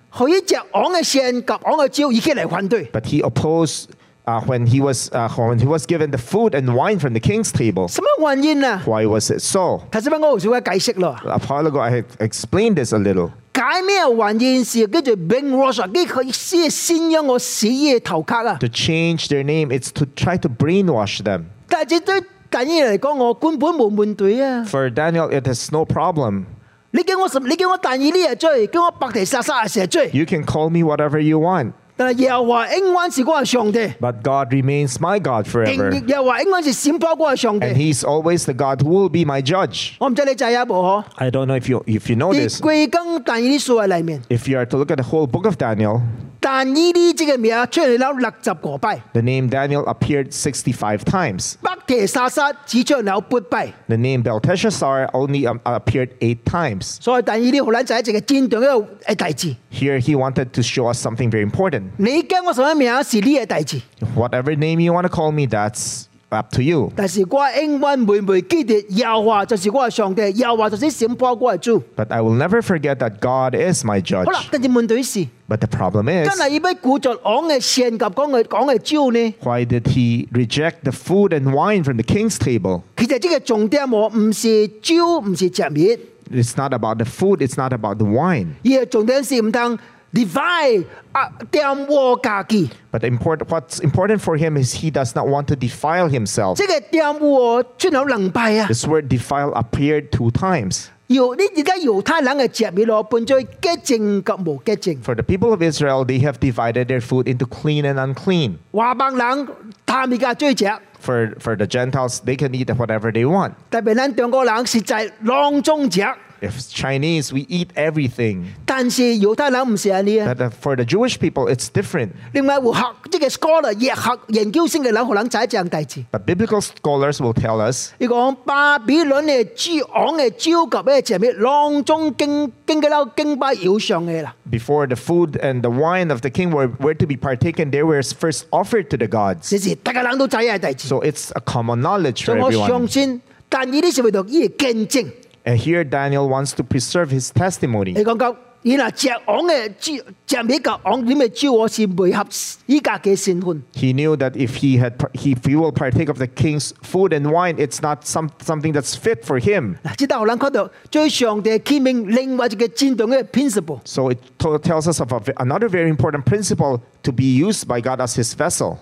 [SPEAKER 1] 佢一隻昂嘅線及昂嘅蕉已經嚟反對，
[SPEAKER 2] but he opposed uh, when he was uh, when he was given the food and wine from the king's table.
[SPEAKER 1] 什麼原因啊？
[SPEAKER 2] Why was it so?
[SPEAKER 1] 頭先我有少少解釋咯，
[SPEAKER 2] A while ago, I had explained this a little.
[SPEAKER 1] 解咩原因是叫做 b i n g rush 呢佢先先因我死嘅頭殼啊！
[SPEAKER 2] to change their name. It's to try to brainwash them.
[SPEAKER 1] 但係對但依嚟講，我根本冇面對啊！
[SPEAKER 2] For Daniel, it is no problem.
[SPEAKER 1] 你叫我什？你叫我但依呢日追，叫我白提殺殺成日追，
[SPEAKER 2] You can call me whatever you want,
[SPEAKER 1] 但係又話英文是我係上帝，
[SPEAKER 2] but God remains my God
[SPEAKER 1] 英
[SPEAKER 2] forever.
[SPEAKER 1] 又話英文是閃波我係上
[SPEAKER 2] And
[SPEAKER 1] 帝。
[SPEAKER 2] He's always the God who will be my judge.
[SPEAKER 1] 我唔知你制啊冇嗬？
[SPEAKER 2] I don't know if you if you know
[SPEAKER 1] 你
[SPEAKER 2] Oh, this.
[SPEAKER 1] 歸根但依啲數係裏面，
[SPEAKER 2] If you are to look at the whole book of Daniel,
[SPEAKER 1] 但依啲即嘅名出嚟咗六十個幣。
[SPEAKER 2] the name Daniel appeared 65 times.
[SPEAKER 1] 北提沙沙只將有撥備，
[SPEAKER 2] The name Belteshazzar only um, appeared eight times.
[SPEAKER 1] 所以第二啲荷蘭仔一直係戰鬥一個誒大字。
[SPEAKER 2] Here he wanted to show us something very important.
[SPEAKER 1] 你驚我什麼名是呢個大字？
[SPEAKER 2] Whatever name you want to call me, that's up to you.
[SPEAKER 1] 但是我永远袂袂记得耶和华就是我的上帝，耶和华就是审判我的主。
[SPEAKER 2] But I will never forget that God is my judge.
[SPEAKER 1] 好啦，但是問題是，
[SPEAKER 2] But the problem is,
[SPEAKER 1] 今日伊要鼓作昂嘅善及講嘅講嘅招呢？
[SPEAKER 2] why did he reject the food and wine from the king's table?
[SPEAKER 1] 其實呢個重點喎，唔是招，唔是食物，
[SPEAKER 2] It's not about the food, it's not about the wine.
[SPEAKER 1] 而係重點是唔通 divide 啊玷污家己。
[SPEAKER 2] But the import, what's important for him is he does not want to defile himself.
[SPEAKER 1] 即個玷污出口能敗啊！
[SPEAKER 2] This word defile appeared two times.
[SPEAKER 1] 猶呢而家猶太人嘅食物咯，伴咗潔淨及無潔淨，
[SPEAKER 2] For the people of Israel, they have divided their food into clean and unclean.
[SPEAKER 1] 華邦人貪而家追食，
[SPEAKER 2] For, for the Gentiles, they can eat whatever they want.
[SPEAKER 1] 特別咱中國人實在浪中食。
[SPEAKER 2] If it's Chinese, we eat everything.
[SPEAKER 1] 但是猶太人唔是安尼啊！
[SPEAKER 2] But uh, for the Jewish people, it's different.
[SPEAKER 1] 另外有學即係 scholar 亦學研究生嘅人，可能就一樣代志。
[SPEAKER 2] But biblical scholars will tell us
[SPEAKER 1] 伊講巴比倫嘅諸王嘅召集咧，就係咩浪中經經嘅嬲經拜妖上嘅啦。
[SPEAKER 2] before the food and the wine of the king were, were to be partaken, they were first offered to the gods.
[SPEAKER 1] 這是大家人都知嘅代志。
[SPEAKER 2] So it's a common knowledge
[SPEAKER 1] 所
[SPEAKER 2] for
[SPEAKER 1] 以我相
[SPEAKER 2] everyone.
[SPEAKER 1] 信，但伊呢是為到伊嘅見證。
[SPEAKER 2] And here Daniel wants to preserve his testimony.
[SPEAKER 1] 你講講，伊若隻王嘅召隻美國王點嘅召我是配合依家嘅善款。
[SPEAKER 2] He knew that if he had par- if he will partake of the king's food and wine, it's not some, something that's fit for him.
[SPEAKER 1] 嗱，即得我人看到最上帝啟明另外一個戰動嘅 principle。
[SPEAKER 2] So it to- tells us of a ve- another very important principle to be used by God as his vessel.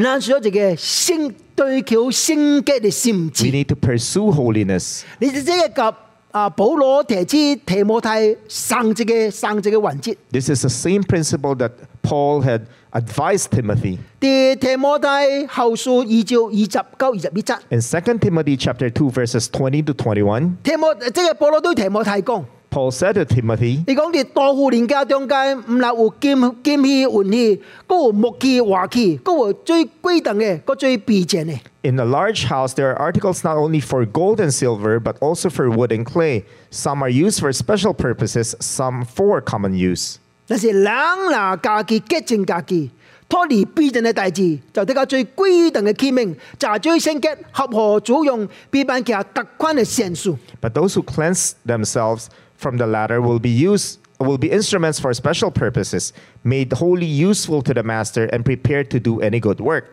[SPEAKER 1] 咱需要一個聖對橋聖潔嘅心
[SPEAKER 2] We
[SPEAKER 1] 志。
[SPEAKER 2] need to pursue holiness.
[SPEAKER 1] 你知呢一及啊，保羅提之提摩太生字嘅生字嘅環節，
[SPEAKER 2] This is the same principle that Paul had advised Timothy.
[SPEAKER 1] 啲提摩太後書二照二十九二十一則。
[SPEAKER 2] In 2 Timothy chapter 2 verses 20 to 21,
[SPEAKER 1] 提摩即係保羅對提摩太講，
[SPEAKER 2] Paul said to Timothy,
[SPEAKER 1] 你講啲多户年家中間唔能有劍劍氣換氣，嗰個木氣華氣，嗰個最貴等嘅，嗰最避正嘅。
[SPEAKER 2] In a large house, there are articles not only for gold and silver, but also for wood and clay. Some are used for special purposes, some for common use.
[SPEAKER 1] 但是人嗱家己潔淨家己，脱離避正嘅大志，就得個最貴等嘅器皿，就最聖潔合乎主用，必辦其下特款嘅善事。
[SPEAKER 2] But those who cleanse themselves from the latter will be used will be instruments for special purposes, made wholly useful to the master and prepared to do any good work.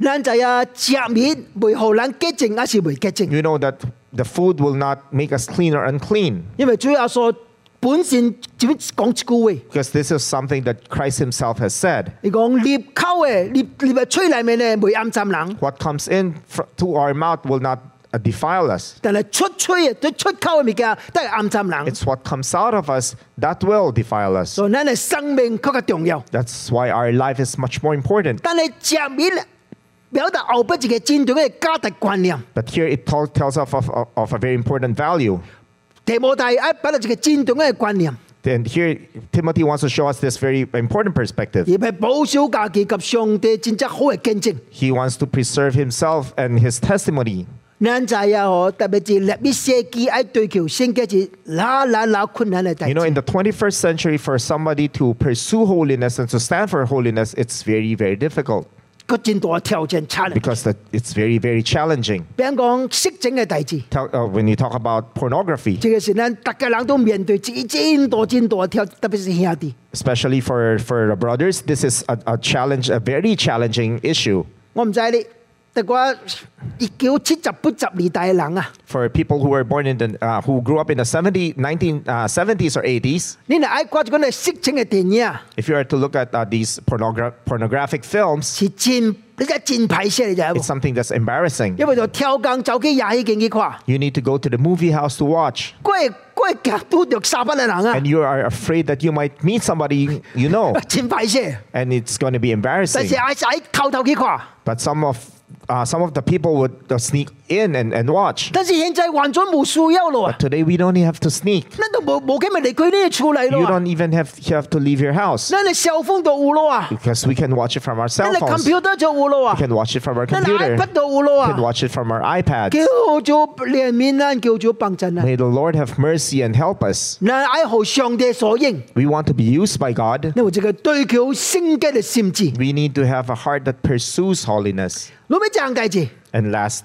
[SPEAKER 1] 咱就啊，食物袂互咱洁净，还是袂洁净？
[SPEAKER 2] You know that the food will not make us clean or unclean,
[SPEAKER 1] 因為主耶穌本身就講一句話，
[SPEAKER 2] because this is something that Christ himself has said.
[SPEAKER 1] 伊講入口嘅入入嘅嘴內面咧袂暗沾人，
[SPEAKER 2] What comes in fr- to our mouth will not uh, defile us.
[SPEAKER 1] 但係出嘴嘅對出口嘅物件都係暗沾人。
[SPEAKER 2] It's what comes out of us that will defile us.
[SPEAKER 1] 所以咱嘅生命確較重要，
[SPEAKER 2] That's why our life is much more important.
[SPEAKER 1] 但係食物表達後邊一個真正嘅價值觀念，
[SPEAKER 2] But here it tell- tells us of, of, of a very important value.
[SPEAKER 1] 提摩太愛表達一個真正嘅觀念，
[SPEAKER 2] And here Timothy wants to show us this very important perspective.
[SPEAKER 1] 而係保守家己及上帝真正好嘅見證。
[SPEAKER 2] He wants to preserve himself and his testimony.
[SPEAKER 1] 咱知啊，嗬，特別是立啲社機喺對橋升級是哪哪哪困難嘅代
[SPEAKER 2] You know,
[SPEAKER 1] 志。
[SPEAKER 2] in the 21st century, for somebody to pursue holiness and to stand for holiness, it's very, very difficult
[SPEAKER 1] 個戰度嘅挑戰差嚟。
[SPEAKER 2] because that it's very, very challenging.
[SPEAKER 1] 比如講色情嘅代志，
[SPEAKER 2] Tell, uh, when you talk about pornography,
[SPEAKER 1] 這個是咱大家人都面對之戰度戰度嘅挑，特別是兄弟。
[SPEAKER 2] especially for, for the brothers, this is a, a challenge, a very challenging issue.
[SPEAKER 1] 我唔知你，但我一九七十八十年代嘅人啊，
[SPEAKER 2] For people who were born in the, uh, who grew up in the 70, 19, uh, 70s or 80s,
[SPEAKER 1] 你若愛看一個色情嘅電影啊，
[SPEAKER 2] if you are to look at uh, these pornogra- pornographic films,
[SPEAKER 1] 是真，你真真歹勢嚟就係喎
[SPEAKER 2] it's something that's embarrassing.
[SPEAKER 1] 因為就跳工走去廿幾間去看，
[SPEAKER 2] You need to go to the movie house to watch,
[SPEAKER 1] 嗰個嗰個都着三百嘅人啊
[SPEAKER 2] and，you are afraid that you might meet somebody you know,
[SPEAKER 1] 真歹勢。
[SPEAKER 2] and it's going to be
[SPEAKER 1] 但
[SPEAKER 2] embarrassing.
[SPEAKER 1] 是愛愛偷偷去看。
[SPEAKER 2] But some of uh, some of the people would uh, sneak in and, and watch.
[SPEAKER 1] 但是現在完全冇需要咯啊，
[SPEAKER 2] Today we don't even have to sneak.
[SPEAKER 1] 咱都冇冇咁咪離開呢個厝嚟
[SPEAKER 2] You
[SPEAKER 1] 咯啊，
[SPEAKER 2] don't even have, you have to leave your house
[SPEAKER 1] 咱嘅手風就有咯啊，
[SPEAKER 2] because we can watch it from our
[SPEAKER 1] 咱
[SPEAKER 2] cell
[SPEAKER 1] 嘅
[SPEAKER 2] phones. We
[SPEAKER 1] computer 就有咯啊，
[SPEAKER 2] can watch it from our
[SPEAKER 1] 咱
[SPEAKER 2] computer.
[SPEAKER 1] iPad 就有咯
[SPEAKER 2] We can
[SPEAKER 1] 啊，
[SPEAKER 2] watch it from our iPads.
[SPEAKER 1] 叫做憐憫啊，叫做幫襯啊，
[SPEAKER 2] May the Lord have mercy and help us.
[SPEAKER 1] 嗱，愛好上帝所應，
[SPEAKER 2] We want to be used by God.
[SPEAKER 1] 因為這個對佢聖潔嘅心智，
[SPEAKER 2] We need to have a heart that pursues holiness.
[SPEAKER 1] 攞咩正大字？
[SPEAKER 2] And last,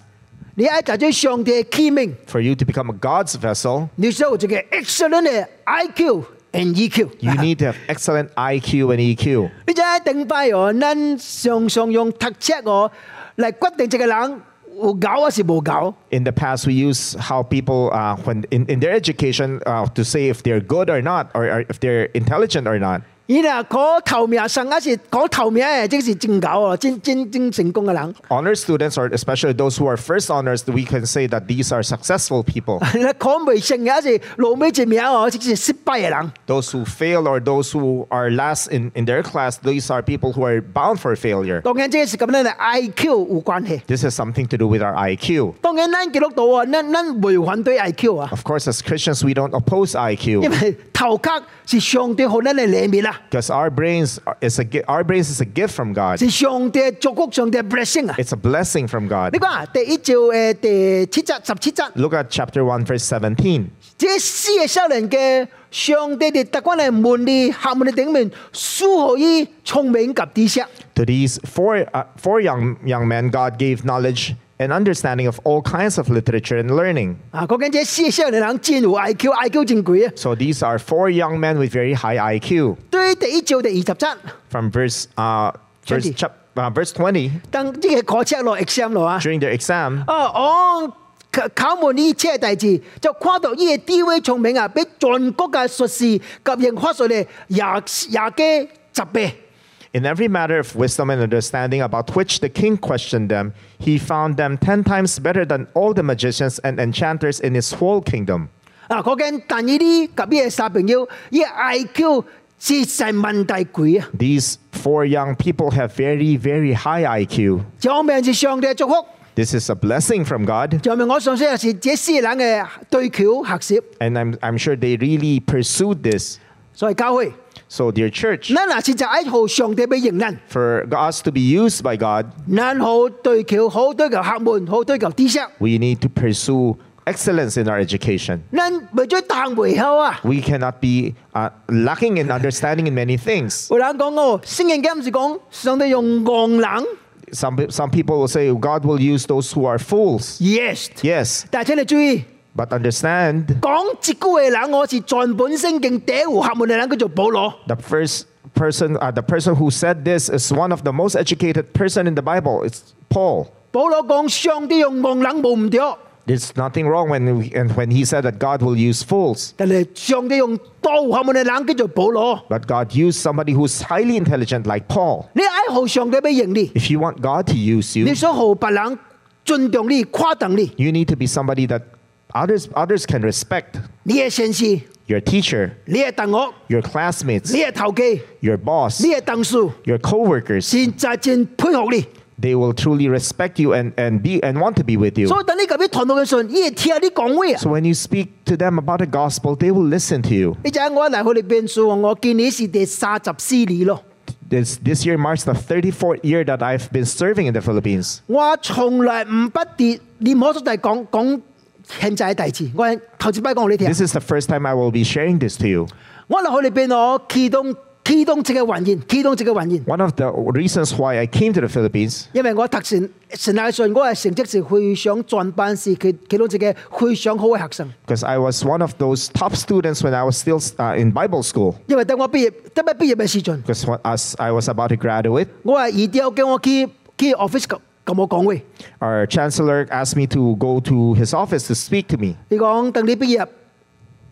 [SPEAKER 1] 你愛就做上帝嘅 key 名，
[SPEAKER 2] for you to become a God's vessel,
[SPEAKER 1] 你需要這個 excellent 嘅 IQ and E EQ。
[SPEAKER 2] you need to have excellent IQ and E EQ.
[SPEAKER 1] 呢只定派哦，咱常常用特尺哦嚟決定這個人有搞還是冇搞。
[SPEAKER 2] In the past, we use how people, uh, when in, in their education, uh, to say if they're good or not, or, or if they're intelligent or not.
[SPEAKER 1] 伊若講頭名，上一是講頭名嘅，即是真搞哦，真真真成功嘅人。
[SPEAKER 2] Honor students, or especially those who are first honors, we can say that these are successful people.
[SPEAKER 1] 你講未成嘅，是老尾一名哦，即是失敗嘅人。
[SPEAKER 2] those who fail, or those who are last in, in their class, these are people who are bound for failure.
[SPEAKER 1] 當然，即是咁樣嘅 IQ 有關係。
[SPEAKER 2] This has something to do with our IQ.
[SPEAKER 1] 當然，咱記錄到啊，咱咱未反對 IQ 啊，
[SPEAKER 2] Of course, as Christians, we don't oppose
[SPEAKER 1] 因
[SPEAKER 2] IQ
[SPEAKER 1] 為頭殼是上帝給咱嘅禮物啦，
[SPEAKER 2] because our brains are- is a gi- our brains is a gift from God.
[SPEAKER 1] 是上帝祝福上帝嘅 blessing 啊。
[SPEAKER 2] It's a blessing from
[SPEAKER 1] 你
[SPEAKER 2] God.
[SPEAKER 1] 講啊，第一章誒第七節十七節。
[SPEAKER 2] Look at chapter one, verse seventeen.
[SPEAKER 1] 这四个少年嘅上帝嘅特官嘅门嘅客门嘅顶面，舒可以聪明及知識。
[SPEAKER 2] To these four uh, four young young men, God gave knowledge and understanding of all kinds of literature and learning.
[SPEAKER 1] 啊，講緊這四個少年人真有 IQ，IQ 真貴啊！
[SPEAKER 2] So these are four young men with very high IQ.
[SPEAKER 1] 對第一章第二十節，
[SPEAKER 2] From verse uh, verse
[SPEAKER 1] 20.
[SPEAKER 2] chap- uh, verse twenty,
[SPEAKER 1] 等呢個考測落 exam 落啊！
[SPEAKER 2] during their exam.
[SPEAKER 1] 啊，哦，考考門呢車弟子就跨到呢個地位聰明啊，比全國嘅術士及刑法術咧廿廿幾十倍。
[SPEAKER 2] In every matter of wisdom and understanding about which the king questioned them, he found them ten times better than all the magicians and enchanters in his whole kingdom.
[SPEAKER 1] 啊，講緊但呢啲及呢個小朋友，呢個 IQ 是神問題貴啊！
[SPEAKER 2] These four young people have very, very high IQ.
[SPEAKER 1] 上面是上帝嘅祝福。
[SPEAKER 2] This is a blessing from God,
[SPEAKER 1] 上面我上先是這四人嘅對橋學習，
[SPEAKER 2] and I'm, I'm sure they really pursued this.
[SPEAKER 1] 所以教會，
[SPEAKER 2] So, dear church,
[SPEAKER 1] 咱若是就愛好上帝嘅型人，
[SPEAKER 2] for us to be used by God,
[SPEAKER 1] 咱好對橋，好對橋客門，好對橋知識，
[SPEAKER 2] we need to pursue excellence in our education.
[SPEAKER 1] 咱未做淡回後啊！
[SPEAKER 2] We cannot be uh, lacking in understanding in many things.
[SPEAKER 1] 有人講我聖經嘅唔是講上帝用戇人
[SPEAKER 2] Some, some people will say God will use those who are fools.
[SPEAKER 1] ，yes，
[SPEAKER 2] Yes,
[SPEAKER 1] 但係請你注意，
[SPEAKER 2] but understand
[SPEAKER 1] 講一句嘅人我是全本聖經第一户客門嘅人叫做保羅，
[SPEAKER 2] the first person, uh, the person who said this is one of the most educated person in the Bible. It's Paul.
[SPEAKER 1] 保羅講上帝用戇人冇唔對，
[SPEAKER 2] There's nothing wrong when we, and when he said that God will use fools,
[SPEAKER 1] 但係上帝用多户客門嘅人叫做保羅，
[SPEAKER 2] but God used somebody who's highly intelligent like Paul.
[SPEAKER 1] 你愛好上帝嘅型你。
[SPEAKER 2] If you want God to use you,
[SPEAKER 1] 你想好白人尊重你、夸等你，
[SPEAKER 2] you need to be somebody that others others can respect.
[SPEAKER 1] 你嘅先生，
[SPEAKER 2] Your teacher,
[SPEAKER 1] 你嘅同學，
[SPEAKER 2] your classmates,
[SPEAKER 1] 你嘅頭機，
[SPEAKER 2] your boss,
[SPEAKER 1] 你嘅同事，
[SPEAKER 2] your coworkers,
[SPEAKER 1] 先真正佩服你。
[SPEAKER 2] they will truly respect you and, and be and want to be with you.
[SPEAKER 1] 所以等你入去談到嘅時候，伊會聽你講話啊！
[SPEAKER 2] So when you speak to them about the gospel, they will listen to you.
[SPEAKER 1] 你就喺我嚟去裏邊數，我見你是第三十四年咯。
[SPEAKER 2] This this year marks the 34th year that I've been serving in the Philippines.
[SPEAKER 1] 我從來唔不跌，你唔好再講講現在嘅事。我頭先擺講你聽，
[SPEAKER 2] This is the first time I will be sharing this to you.
[SPEAKER 1] 我嚟去裏邊我啟動啟動這個原因，啟動這個原因，
[SPEAKER 2] One of the reasons why I came to the Philippines
[SPEAKER 1] 因為我特選神下嘅信，我嘅成績是非常全班是佢啟動這個非常好嘅學生。
[SPEAKER 2] because I was one of those top students when I was still uh, in Bible school.
[SPEAKER 1] 因為等我畢業，得乜畢業嘅時陣，
[SPEAKER 2] Because when- as I was about to graduate,
[SPEAKER 1] 我係二調叫我去去 office 咁咁我講喂，
[SPEAKER 2] our chancellor asked me to go to his office to speak to me.
[SPEAKER 1] 你講等你畢業，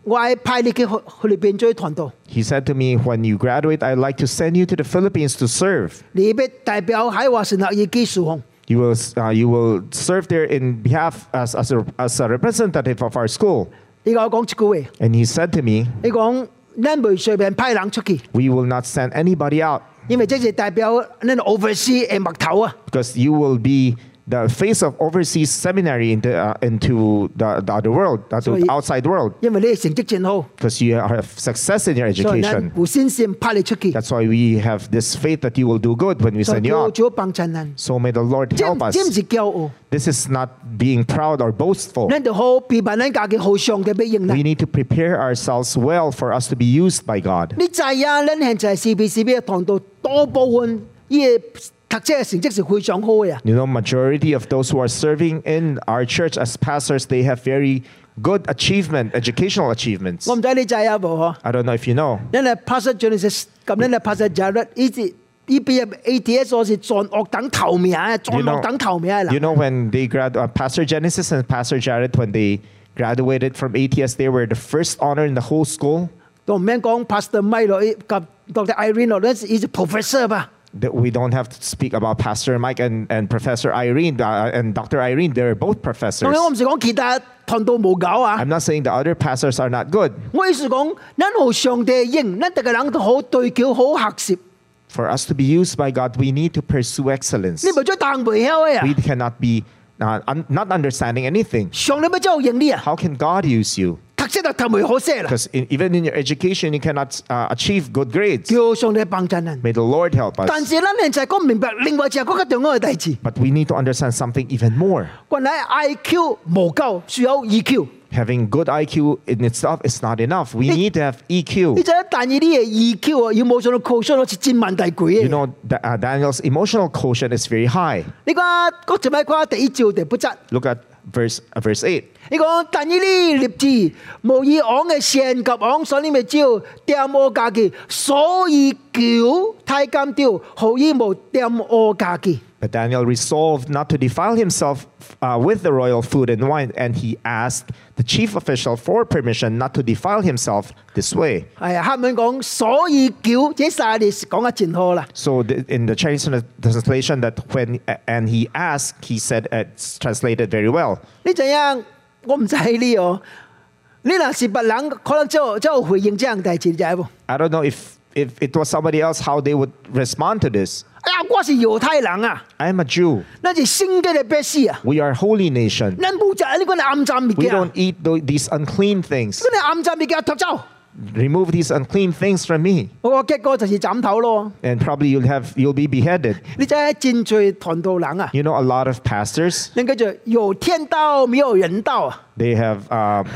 [SPEAKER 1] 我係派你去去裏邊做團隊，
[SPEAKER 2] He said to me, "When you graduate, I'd like to send you to the Philippines to serve.
[SPEAKER 1] 你必代表喺華盛頓以基樹紅，
[SPEAKER 2] You will uh, you will serve there in behalf as as a, as a representative of our school."
[SPEAKER 1] 你講我講一句話，
[SPEAKER 2] And he said to me,
[SPEAKER 1] 你講咱未隨便派人出去，
[SPEAKER 2] We will not send anybody out
[SPEAKER 1] 因為這是代表咱 oversea 嘅木頭啊，
[SPEAKER 2] because you will be the face of overseas seminary into, uh, into the, the other world, the
[SPEAKER 1] So you-
[SPEAKER 2] outside world,
[SPEAKER 1] vì bạn thành tích rất tốt,
[SPEAKER 2] because you have success in your
[SPEAKER 1] cho nên
[SPEAKER 2] education. Dạ,
[SPEAKER 1] có tin tưởng phát bạn đi ra.
[SPEAKER 2] That's why we have this faith that you will do good when we
[SPEAKER 1] Cho
[SPEAKER 2] send you
[SPEAKER 1] Chúa
[SPEAKER 2] out.
[SPEAKER 1] Chúa ban cho bạn.
[SPEAKER 2] So may the Lord
[SPEAKER 1] Chứ
[SPEAKER 2] help us.
[SPEAKER 1] chứ không phải kiêu ngạo.
[SPEAKER 2] This is not being proud or boastful.
[SPEAKER 1] Nên được hầu bị bạn nên cả cái hậu sang để bị nhận
[SPEAKER 2] We
[SPEAKER 1] này.
[SPEAKER 2] need to prepare ourselves well for us to be used by God.
[SPEAKER 1] Bạn thấy à, nên hiện tại CBCB thằng đó đa bộ phận, cái thực chất thành tích là phi thường tốt à.
[SPEAKER 2] You know, majority of those who are serving in our church as pastors, they have very good achievement, educational achievements.
[SPEAKER 1] Tôi không biết bạn thấy à không hả?
[SPEAKER 2] I don't know if you know.
[SPEAKER 1] Nên là Pastor Jones, cảm nên là Pastor Jared, ý chỉ ý bây giờ ATS tôi là chọn ốc đẳng đầu miệng,
[SPEAKER 2] You
[SPEAKER 1] chọn ốc
[SPEAKER 2] know,
[SPEAKER 1] đẳng đầu miệng là.
[SPEAKER 2] you know when they grad, uh, Pastor Genesis and Pastor Jared, when they graduated from ATS, they were the first honor in the whole school.
[SPEAKER 1] Tôi không nên nói Pastor Mike rồi, gặp Dr. Irene rồi, đó là professor mà.
[SPEAKER 2] That we don't have to speak about Pastor Mike and, and Professor Irene uh, and Dr. Irene. They were both professors.
[SPEAKER 1] 當然我唔是講其他堂到無搞啊
[SPEAKER 2] I'm，not saying the other pastors are not good.
[SPEAKER 1] 我意思講，咱互上帝應，咱大家人都好對叫好學習，
[SPEAKER 2] For us to be used by God, we need to pursue excellence.
[SPEAKER 1] 你唔做當袂曉嘅
[SPEAKER 2] We
[SPEAKER 1] 啊。
[SPEAKER 2] cannot be uh, un- not understanding anything.
[SPEAKER 1] 上帝要真有應你啊，
[SPEAKER 2] How can God use you?
[SPEAKER 1] 特色就頭袂好些啦，
[SPEAKER 2] Because even in your education, you cannot uh, achieve good grades.
[SPEAKER 1] 叫上帝幫襯人。
[SPEAKER 2] May the Lord help
[SPEAKER 1] 但
[SPEAKER 2] us.
[SPEAKER 1] 是咱現在講唔明白另外一個更加重要嘅代志，
[SPEAKER 2] But we need to understand something even more.
[SPEAKER 1] 原來 I Q 無夠，需要 E Q。
[SPEAKER 2] Having good IQ in itself is not enough. We
[SPEAKER 1] It-
[SPEAKER 2] need to have E
[SPEAKER 1] 你
[SPEAKER 2] EQ.
[SPEAKER 1] 知影，但係啲嘢 E Q 啊，要冇上到 quotient 好似千萬大鬼
[SPEAKER 2] You
[SPEAKER 1] 嘅。
[SPEAKER 2] know, Da- uh, Daniel's emotional quotient is very high.
[SPEAKER 1] 你講嗰陣咪講第一招就不質。
[SPEAKER 2] Look at verse uh, verse 8.
[SPEAKER 1] 你講但呢啲立志無以昂嘅善及昂所呢咪招掂我家己，所以叫太監掉，好以無掂我家己。
[SPEAKER 2] But Daniel resolved not to defile himself uh, with the royal food and wine, and he asked the chief official for permission not to defile himself this way.
[SPEAKER 1] 係啊，黑文講所以叫，這三日講得真好啦。
[SPEAKER 2] So the, in the Chinese trans- translation, that when a- and he asked, he said uh, it's translated very well.
[SPEAKER 1] 你知影我唔知你哦，你若是別人，可能就就回應這樣代志，你知無？
[SPEAKER 2] I don't know if if it was somebody else how they would respond to this.
[SPEAKER 1] 哎呀，我是猶太人啊，
[SPEAKER 2] I am a Jew.
[SPEAKER 1] 咱是聖潔嘅百姓啊，
[SPEAKER 2] We are a holy nation.
[SPEAKER 1] 咱冇食呢個暗雜物
[SPEAKER 2] We
[SPEAKER 1] 件，
[SPEAKER 2] don't eat tho- these unclean things.
[SPEAKER 1] 嗰啲暗雜物件脱走，
[SPEAKER 2] Remove these unclean things from me,
[SPEAKER 1] 我個結果就是斬頭咯。
[SPEAKER 2] and probably you'll have you'll be beheaded.
[SPEAKER 1] 你真係真罪唐道人啊！
[SPEAKER 2] You know, a lot of pastors
[SPEAKER 1] 那個就有天道沒有人道啊
[SPEAKER 2] They have um,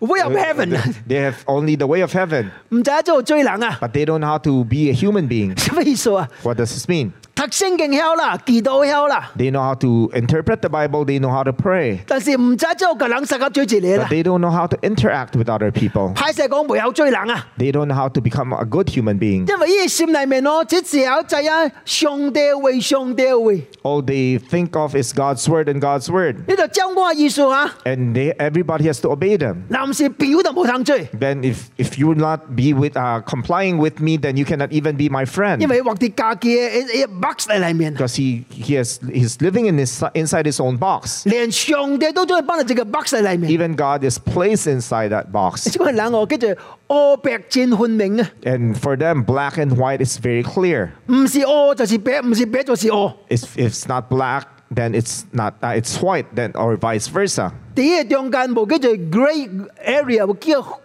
[SPEAKER 1] ，way
[SPEAKER 2] Ừ,
[SPEAKER 1] of heaven，
[SPEAKER 2] They have only the way of heaven,
[SPEAKER 1] 唔知做罪人啊，
[SPEAKER 2] but they don't know how to be a human being.
[SPEAKER 1] 什麼意思啊？
[SPEAKER 2] What does this mean?
[SPEAKER 1] 讀聖經曉啦，祈禱曉啦，
[SPEAKER 2] They know how to interpret the Bible. They know how to pray,
[SPEAKER 1] 但是唔知做個人實及追住你啦
[SPEAKER 2] but。they don't know how to interact with other people.
[SPEAKER 1] 歹勢講沒有罪人啊，
[SPEAKER 2] They don't know how to become a good human being.
[SPEAKER 1] 因為呢個心裏面哦，只只有知影上帝為上帝為，
[SPEAKER 2] All they think of is God's word and God's word,
[SPEAKER 1] 呢度將我嘅意思啊，
[SPEAKER 2] and they, everybody has to obey them.
[SPEAKER 1] 臨時表都冇通追，
[SPEAKER 2] Then, if if you will not be with uh, complying with me, then you cannot even be my
[SPEAKER 1] 因
[SPEAKER 2] friend,
[SPEAKER 1] 為畫啲假嘅一一 box 喺裏面，
[SPEAKER 2] because he he has he's living in his inside his own box.
[SPEAKER 1] 連上帝都將佢幫到這個 box 喺裏面。
[SPEAKER 2] Even God is placed inside that box.
[SPEAKER 1] 呢個人哦我跟住惡白戰分明啊！
[SPEAKER 2] And for them, black and white is very clear.
[SPEAKER 1] 唔是哦就是白，唔是白就是哦。
[SPEAKER 2] If, if it's not black, then it's not uh, it's white, then or vice versa.
[SPEAKER 1] 第一中間無叫做 grey area，無叫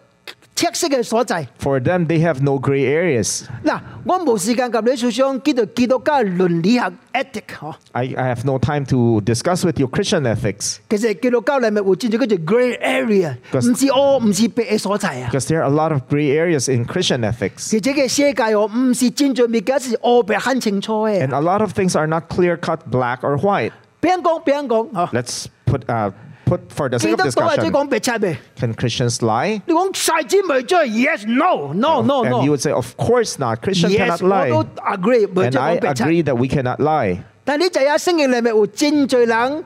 [SPEAKER 1] 赤色嘅所在。
[SPEAKER 2] For them, they have no gray areas.
[SPEAKER 1] 嗱，我冇時間及你思想叫做基督教倫理學 ethic 哦嗬。
[SPEAKER 2] I, I have no time to discuss with you Christian ethics
[SPEAKER 1] 其實基督教裏面會轉咗叫做 grey area，
[SPEAKER 2] Because-
[SPEAKER 1] 唔是哦，唔是白嘅所在啊。
[SPEAKER 2] because there are a lot of gray areas in Christian ethics.
[SPEAKER 1] 其實嘅世界哦，唔是真正物件是哦白很清楚嘅
[SPEAKER 2] And。a lot of things are not clear cut black or white.
[SPEAKER 1] 俾人講，俾人講嗬。
[SPEAKER 2] Let's put, uh, put for the
[SPEAKER 1] 哦基
[SPEAKER 2] sake
[SPEAKER 1] 督
[SPEAKER 2] of
[SPEAKER 1] 教係最
[SPEAKER 2] discussion,
[SPEAKER 1] 講白七嘅。
[SPEAKER 2] can Christians lie?
[SPEAKER 1] 你講細子咪追，yes no no Oh, no
[SPEAKER 2] And you
[SPEAKER 1] no。
[SPEAKER 2] would say, of course not. Christian cannot
[SPEAKER 1] Yes，
[SPEAKER 2] lie.
[SPEAKER 1] 我都 agree，咪
[SPEAKER 2] And
[SPEAKER 1] 即
[SPEAKER 2] I
[SPEAKER 1] 係講白七
[SPEAKER 2] agree。that we cannot lie.
[SPEAKER 1] 但你就有聖經裏面有真罪人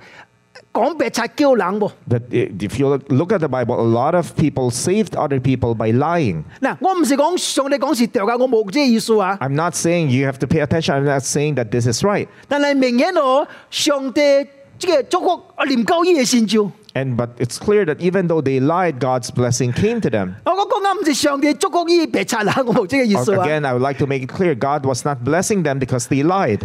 [SPEAKER 1] 講白賊叫人喎。
[SPEAKER 2] But i- if you look- look at the Bible, a lot of people saved other people by lying.
[SPEAKER 1] 嗱，我唔是講上帝講是對㗎，我冇即係意思啊。
[SPEAKER 2] I'm not saying you have to pay attention. I'm not saying that this is right.
[SPEAKER 1] 但係明顯哦，上帝即係祝福我念高醫嘅先兆。
[SPEAKER 2] And but it's clear that even though they lied, God's blessing came to them.
[SPEAKER 1] 我講啱唔是上帝祝福醫白賊啦，我冇即係意
[SPEAKER 2] Or
[SPEAKER 1] 思啊。
[SPEAKER 2] Again, I would like to make it clear God was not blessing them because they lied.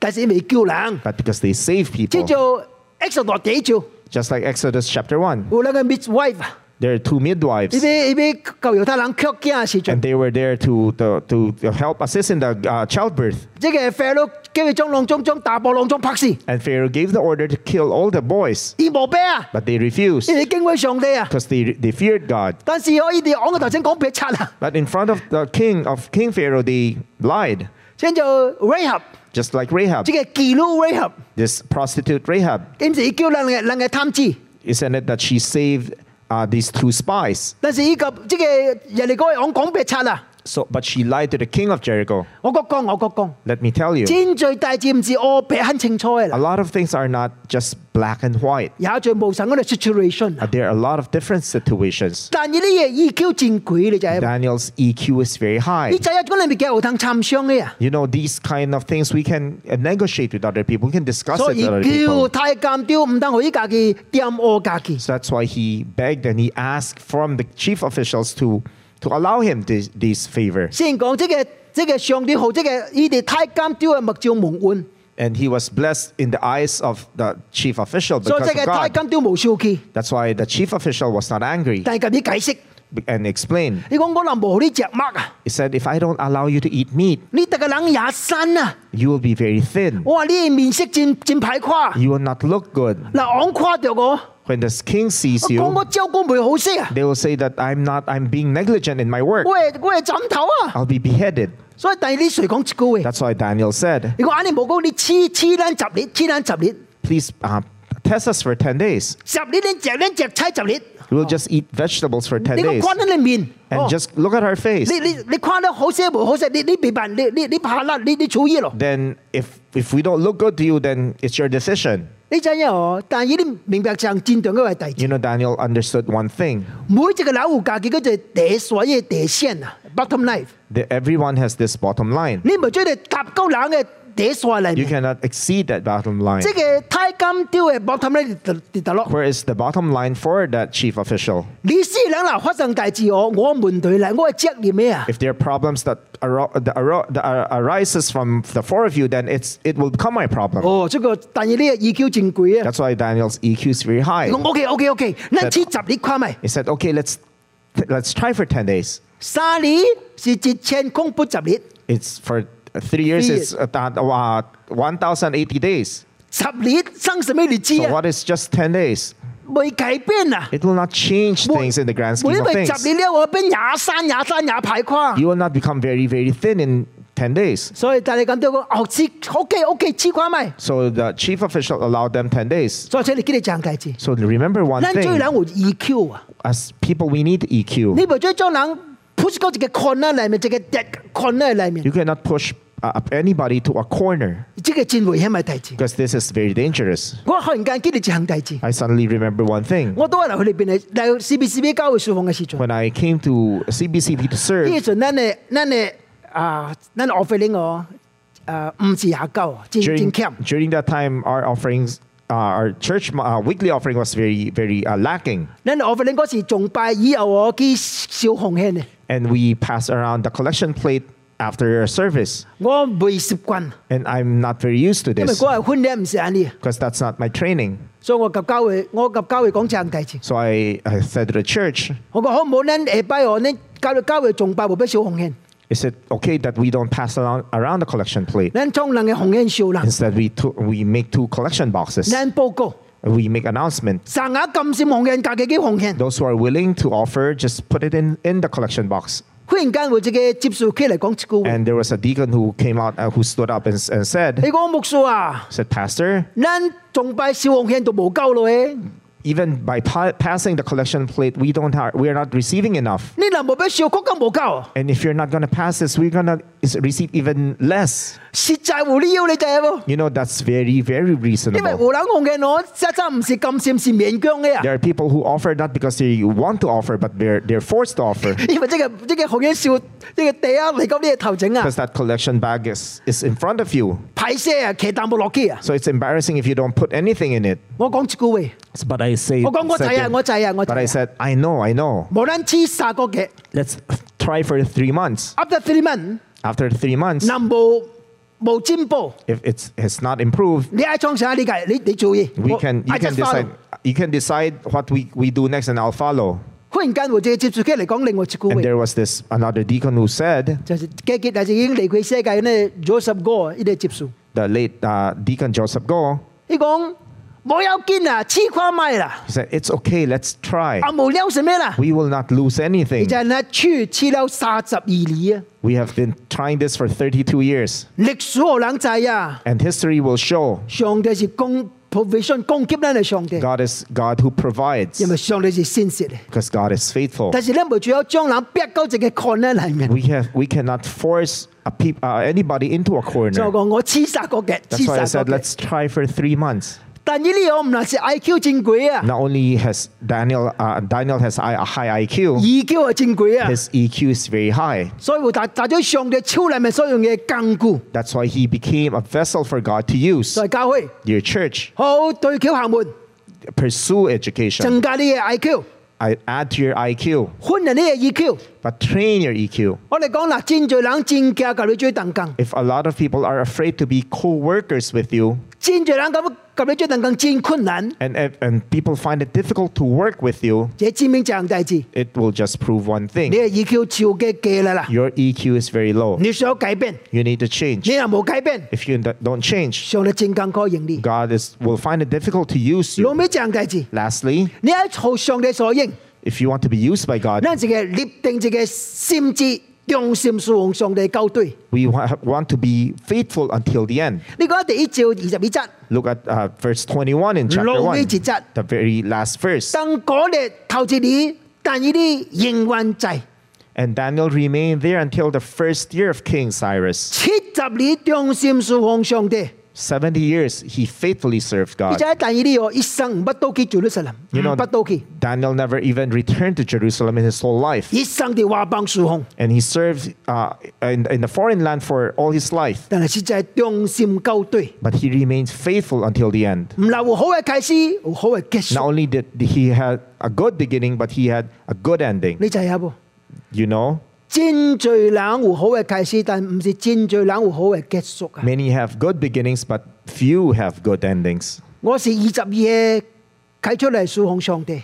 [SPEAKER 1] 但是未救人，
[SPEAKER 2] but because they save
[SPEAKER 1] 即
[SPEAKER 2] people.
[SPEAKER 1] 做 X 落地做，
[SPEAKER 2] Just like Exodus chapter 1,
[SPEAKER 1] 有那個 midwife，啊
[SPEAKER 2] there are two
[SPEAKER 1] 伊
[SPEAKER 2] midwives,
[SPEAKER 1] 要伊要教猶太人缺驚嘅時陣
[SPEAKER 2] and，they were there to, to, to to help assist in the uh, childbirth.
[SPEAKER 1] 即個 Pharaoh 叫佢將囊中將大波囊中拍死，
[SPEAKER 2] And Pharaoh gave the order to kill all the boys,
[SPEAKER 1] 伊無病啊，
[SPEAKER 2] but they refused
[SPEAKER 1] 伊哋敬畏上帝啊，
[SPEAKER 2] because they, they feared God.
[SPEAKER 1] 但是我伊哋講嘅頭先講別七啊，
[SPEAKER 2] But in front of the king of King Pharaoh, they lied,
[SPEAKER 1] 先做 Rahab，
[SPEAKER 2] just like Rahab,
[SPEAKER 1] 即個 g i l u Rahab，
[SPEAKER 2] this prostitute Rahab.
[SPEAKER 1] 咁時叫人嘅人嘅探子，
[SPEAKER 2] Isn't it that she saved uh, these two spies?
[SPEAKER 1] 但是伊及即個人哋講講講別七啊，
[SPEAKER 2] So, but she lied to the king of Jericho.
[SPEAKER 1] 我覺講我覺講，
[SPEAKER 2] Let me tell you,
[SPEAKER 1] 真最大字唔是我別很清楚嘅
[SPEAKER 2] a
[SPEAKER 1] 啦，
[SPEAKER 2] lot of things are not just black and white.
[SPEAKER 1] 也最無神嗰個 situation 啊
[SPEAKER 2] Uh, There are a lot of different situations.
[SPEAKER 1] 但係呢嘢 EQ 戰鬼你就係，
[SPEAKER 2] Daniel's EQ is very
[SPEAKER 1] 你
[SPEAKER 2] high.
[SPEAKER 1] 就係咁你咪幾有通參商嘅啊！
[SPEAKER 2] You know, these kind of things we can uh, negotiate with other people. We can discuss
[SPEAKER 1] 所
[SPEAKER 2] it
[SPEAKER 1] 以
[SPEAKER 2] with other
[SPEAKER 1] 叫
[SPEAKER 2] people.
[SPEAKER 1] 太監刁唔等我依家嘅掂我家嘅，
[SPEAKER 2] So that's why he begged and he asked from the chief officials to, to allow him this, this favor.
[SPEAKER 1] 先講即係即係上帝好，即係呢啲太監刁嘅目照蒙恩，
[SPEAKER 2] And he was blessed in the eyes of the chief official
[SPEAKER 1] 所以即
[SPEAKER 2] because of
[SPEAKER 1] 係太
[SPEAKER 2] God.
[SPEAKER 1] 監刁無少嘅，
[SPEAKER 2] That's why the chief official was not angry
[SPEAKER 1] 但係咁啲解釋，
[SPEAKER 2] and explained.
[SPEAKER 1] 你講我能無呢只乜啊？
[SPEAKER 2] He said, If I don't allow you to eat meat,
[SPEAKER 1] 你得個人也身啊！
[SPEAKER 2] you will be very thin.
[SPEAKER 1] 我話你面色戰戰牌跨，
[SPEAKER 2] You will not look good.
[SPEAKER 1] 嗱昂跨着我，
[SPEAKER 2] When the king sees
[SPEAKER 1] 我講
[SPEAKER 2] you,
[SPEAKER 1] 我周公梅好識啊！
[SPEAKER 2] they will say that I'm not, I'm being negligent in my work.
[SPEAKER 1] 我係我係枕頭啊！
[SPEAKER 2] I'll be beheaded.
[SPEAKER 1] 所以第二啲誰講高嘅？
[SPEAKER 2] That's why Daniel said,
[SPEAKER 1] 如果眼你冇講你黐黐撚十年，黐撚十年。
[SPEAKER 2] Please uh, test us for 10 days.
[SPEAKER 1] 十年你隻撚隻妻十年，
[SPEAKER 2] We'll just eat vegetables for 10
[SPEAKER 1] 你個
[SPEAKER 2] days
[SPEAKER 1] 框喺你面，哦
[SPEAKER 2] and just look at our face.
[SPEAKER 1] 你你你框得好些無好些，你你別辦，你你你怕啦，你你處意咯，
[SPEAKER 2] Then, if, if we don't look good to you, then it's your decision.
[SPEAKER 1] 你真係哦。但係呢明白上戰場嘅位弟
[SPEAKER 2] You
[SPEAKER 1] 子，
[SPEAKER 2] know, Daniel understood one thing
[SPEAKER 1] 每一個老戶家己嗰隻地所嘅地線啊，bottom line，
[SPEAKER 2] that everyone has this bottom line.
[SPEAKER 1] 你唔將你搭高冷嘅地所嚟
[SPEAKER 2] You，cannot exceed that bottom line.
[SPEAKER 1] 即係太金雕嘅 bottom line 跌跌跌落。
[SPEAKER 2] Where is the bottom line for that chief official?
[SPEAKER 1] 你私兩嗱發生大事我，我門對嚟，我係責任咩啊？
[SPEAKER 2] If there are problems that, aro- that, aro- that ar- arises from the four of you, then it's it will become my problem.
[SPEAKER 1] 哦，即個但係呢個 EQ 正攰啊。
[SPEAKER 2] That's why Daniel's EQ is very high.
[SPEAKER 1] 我 OK OK OK，嗱黐十你跨咪。
[SPEAKER 2] He said, "Okay, let's let's try for ten days.
[SPEAKER 1] 沙里是一千空不十年，
[SPEAKER 2] It's for three years.
[SPEAKER 1] Three
[SPEAKER 2] It's about uh, one thousand eighty days.
[SPEAKER 1] 十年生什么日子
[SPEAKER 2] So
[SPEAKER 1] 啊？
[SPEAKER 2] what is just ten days?
[SPEAKER 1] 未改變啊！
[SPEAKER 2] It will not change
[SPEAKER 1] 我
[SPEAKER 2] things in the grand
[SPEAKER 1] 我
[SPEAKER 2] scheme
[SPEAKER 1] 因
[SPEAKER 2] of
[SPEAKER 1] 為十
[SPEAKER 2] things.
[SPEAKER 1] 年咧，我變廿三、廿三、廿排跨。
[SPEAKER 2] You will not become very very thin in ten days."
[SPEAKER 1] 所以但係咁多個哦牛翅，OK OK，黐跨咪。
[SPEAKER 2] So the chief official allowed them ten days.
[SPEAKER 1] 所以請你記得正計子，
[SPEAKER 2] So remember one
[SPEAKER 1] 咱最
[SPEAKER 2] thing:
[SPEAKER 1] 人有 EQ 啊！
[SPEAKER 2] as people, we need E EQ.
[SPEAKER 1] 你咪最將人 push 到一個 corner 裡面，一個 dead corner 裡
[SPEAKER 2] You
[SPEAKER 1] 面，
[SPEAKER 2] cannot push uh, anybody to a corner
[SPEAKER 1] 即個戰回係咪大事？
[SPEAKER 2] because this is very dangerous.
[SPEAKER 1] 我忽然間記得一項大事，
[SPEAKER 2] I suddenly remember one thing.
[SPEAKER 1] 我都係嚟去裏邊嚟嚟 CBCB 交會書房嘅時陣。
[SPEAKER 2] When I came to CBCB to
[SPEAKER 1] 呢
[SPEAKER 2] serve,
[SPEAKER 1] 陣咱嘅咱嘅啊，咱 offering 我誒五至廿九啊，真真
[SPEAKER 2] during,
[SPEAKER 1] 欠。
[SPEAKER 2] during that time, our offerings, uh, our church mo- uh, weekly offering was very, very uh, lacking.
[SPEAKER 1] 咱 offering 嗰時仲拜以後我幾少紅興嘅，
[SPEAKER 2] And we passed around the collection plate after our service.
[SPEAKER 1] 我未習慣，
[SPEAKER 2] And I'm not very used to
[SPEAKER 1] 因為
[SPEAKER 2] this
[SPEAKER 1] 嗰日訓練唔是安尼，
[SPEAKER 2] because that's not my training.
[SPEAKER 1] 所以我及教會我及教會講正題先。
[SPEAKER 2] So I, I said to the church,
[SPEAKER 1] 我講好唔好咱下拜我呢教會教會仲拜無俾少紅興，
[SPEAKER 2] is it okay that we don't pass around, around the collection plate?
[SPEAKER 1] 咱沖人嘅紅興少啦，
[SPEAKER 2] Instead, we, to, we make two collection boxes.
[SPEAKER 1] 咱報告。
[SPEAKER 2] we make announcement.
[SPEAKER 1] 上下咁少紅興，價幾幾紅興，
[SPEAKER 2] Those who are willing to offer, just put it in, in the collection box.
[SPEAKER 1] 忽然間會自己接受起嚟講一句話。
[SPEAKER 2] And there was a deacon who came out, uh, who stood up and, s- and said,
[SPEAKER 1] 你講牧師啊，
[SPEAKER 2] said, Pastor,
[SPEAKER 1] 咱仲拜少紅興都無夠咯誒。
[SPEAKER 2] even by pa- passing the collection plate, we don't have, we are not receiving enough.
[SPEAKER 1] 你若無俾小國咁無夠，
[SPEAKER 2] And if you're not going to pass this, we're going to receive even less.
[SPEAKER 1] 實在無理由你就係喎。
[SPEAKER 2] You know, that's very, very
[SPEAKER 1] 因為
[SPEAKER 2] reasonable.
[SPEAKER 1] 湖南紅嘅我真真唔是咁善，是勉強嘅啊。
[SPEAKER 2] There are people who offer not because they want to offer, but they're, they're forced to offer
[SPEAKER 1] 因為即係即係紅嘅笑，即係地啊嚟講呢個頭整啊，
[SPEAKER 2] because that collection bag is, is in front of you.
[SPEAKER 1] 排泄啊，騎淡冇落機啊。
[SPEAKER 2] So it's embarrassing if you don't put anything in it.
[SPEAKER 1] 我講一句話，
[SPEAKER 2] But I say,
[SPEAKER 1] Oh, 我講我仔啊，
[SPEAKER 2] said-
[SPEAKER 1] 我仔啊，我仔啊。
[SPEAKER 2] But I said, I know, I know.
[SPEAKER 1] 無論黐殺個嘅
[SPEAKER 2] Let's try for three months.
[SPEAKER 1] ，after three months，
[SPEAKER 2] After three months,
[SPEAKER 1] 南部冇進步，
[SPEAKER 2] If it's has not improved,
[SPEAKER 1] 你愛創啥你計，你你注意。
[SPEAKER 2] we
[SPEAKER 1] 我
[SPEAKER 2] can you
[SPEAKER 1] I
[SPEAKER 2] can
[SPEAKER 1] just follow
[SPEAKER 2] decide you can decide what we, we do next and I'll follow.
[SPEAKER 1] 忽然間，我就接住佢嚟講另外一句
[SPEAKER 2] And
[SPEAKER 1] 話，
[SPEAKER 2] there was this another deacon who said
[SPEAKER 1] 就係嘅結，但是已經離開世界呢，Joseph Gore 呢啲接受，
[SPEAKER 2] the late uh, deacon Joseph Go
[SPEAKER 1] 佢講冇有見啊，黐跨賣啦，
[SPEAKER 2] he said it's okay, let's try.
[SPEAKER 1] 啊無聊什咩啦，
[SPEAKER 2] We will not lose
[SPEAKER 1] 你
[SPEAKER 2] anything.
[SPEAKER 1] 就係那去黐了三十二年啊，
[SPEAKER 2] We have been trying this for 32 years
[SPEAKER 1] 歷史何人制啊？
[SPEAKER 2] and history will show
[SPEAKER 1] 上帝是供 provision 供給咱嘅上帝，
[SPEAKER 2] God is God who provides
[SPEAKER 1] 因為上帝是信實嘅。
[SPEAKER 2] because God is faithful.
[SPEAKER 1] 但是咱冇主要將人逼到一個 corner 裡面。
[SPEAKER 2] We have we cannot force a peop, uh, anybody into a
[SPEAKER 1] 所以
[SPEAKER 2] corner.
[SPEAKER 1] 我講我黐殺個嘅，
[SPEAKER 2] That's why I
[SPEAKER 1] 黐殺
[SPEAKER 2] said
[SPEAKER 1] 個嘅。
[SPEAKER 2] let's try for 3 months.
[SPEAKER 1] 但呢啲我唔能是 IQ 正鬼啊，
[SPEAKER 2] Not only has Daniel uh, Daniel has I- a high IQ,
[SPEAKER 1] 二 E Q 係正鬼啊，
[SPEAKER 2] his EQ is very high.
[SPEAKER 1] 所以我達達咗上帝超能力所用嘅根固，
[SPEAKER 2] That's why he became a vessel for God to use.
[SPEAKER 1] 所以教會
[SPEAKER 2] Your church,
[SPEAKER 1] 好對橋行門，
[SPEAKER 2] pursue education.
[SPEAKER 1] 增加你嘅 IQ，
[SPEAKER 2] I add to your IQ,
[SPEAKER 1] 訓練你嘅 EQ。
[SPEAKER 2] but train your E EQ.
[SPEAKER 1] E 我哋講嗱，戰最冷戰嘅教你最等更，
[SPEAKER 2] If a lot of people are afraid to be co-workers with you,
[SPEAKER 1] 戰最冷咁教你最等更戰困難，
[SPEAKER 2] and and- and people find it difficult to work with you,
[SPEAKER 1] 這證明就係大致，
[SPEAKER 2] it will just prove one
[SPEAKER 1] 你
[SPEAKER 2] thing:
[SPEAKER 1] 嘅 EQ E 超嘅嘅啦啦，
[SPEAKER 2] your EQ is very low.
[SPEAKER 1] 你想改變，
[SPEAKER 2] You need to change.
[SPEAKER 1] 你又冇改變，
[SPEAKER 2] If you don't change,
[SPEAKER 1] 上帝正更可應你。
[SPEAKER 2] God is will find it difficult to use
[SPEAKER 1] 老
[SPEAKER 2] you.
[SPEAKER 1] 尾就係大致，
[SPEAKER 2] Lastly,
[SPEAKER 1] 你喺朝上帝所應。
[SPEAKER 2] if you want to be used by God,
[SPEAKER 1] 咱一个立定一个心志，忠心侍奉上帝校对。
[SPEAKER 2] we wa- want to be faithful until the end.
[SPEAKER 1] 你讲第一章二十二节，
[SPEAKER 2] Look at uh, verse 21 in chapter 1,
[SPEAKER 1] 浪费节制。
[SPEAKER 2] the very last verse.
[SPEAKER 1] 当嗰日头一年，但伊啲仍然在
[SPEAKER 2] And Daniel remained there until the first year of King Cyrus.
[SPEAKER 1] 七十年忠心侍奉上帝，
[SPEAKER 2] 啊70 years he faithfully served
[SPEAKER 1] 而
[SPEAKER 2] God.
[SPEAKER 1] 且但伊啲哦一生唔捌倒去做律师啦，唔
[SPEAKER 2] You know-
[SPEAKER 1] 捌倒去，
[SPEAKER 2] Daniel never even returned to Jerusalem in his whole life.
[SPEAKER 1] 一生伫话帮侍奉，
[SPEAKER 2] And he served uh, in, in the foreign land for all his life.
[SPEAKER 1] 但系实在忠心校对，
[SPEAKER 2] But he remained faithful until the end.
[SPEAKER 1] 唔留有好嘅开始，有好嘅结
[SPEAKER 2] Not
[SPEAKER 1] 束，
[SPEAKER 2] only did he had a good beginning, but he had a good ending.
[SPEAKER 1] 你知影无？
[SPEAKER 2] You know,
[SPEAKER 1] 真最人有好嘅开始，但唔是真最人有好嘅结束啊！
[SPEAKER 2] many have good beginnings, but few have good endings.
[SPEAKER 1] 我是二十二嘅啟出嚟侍奉上帝，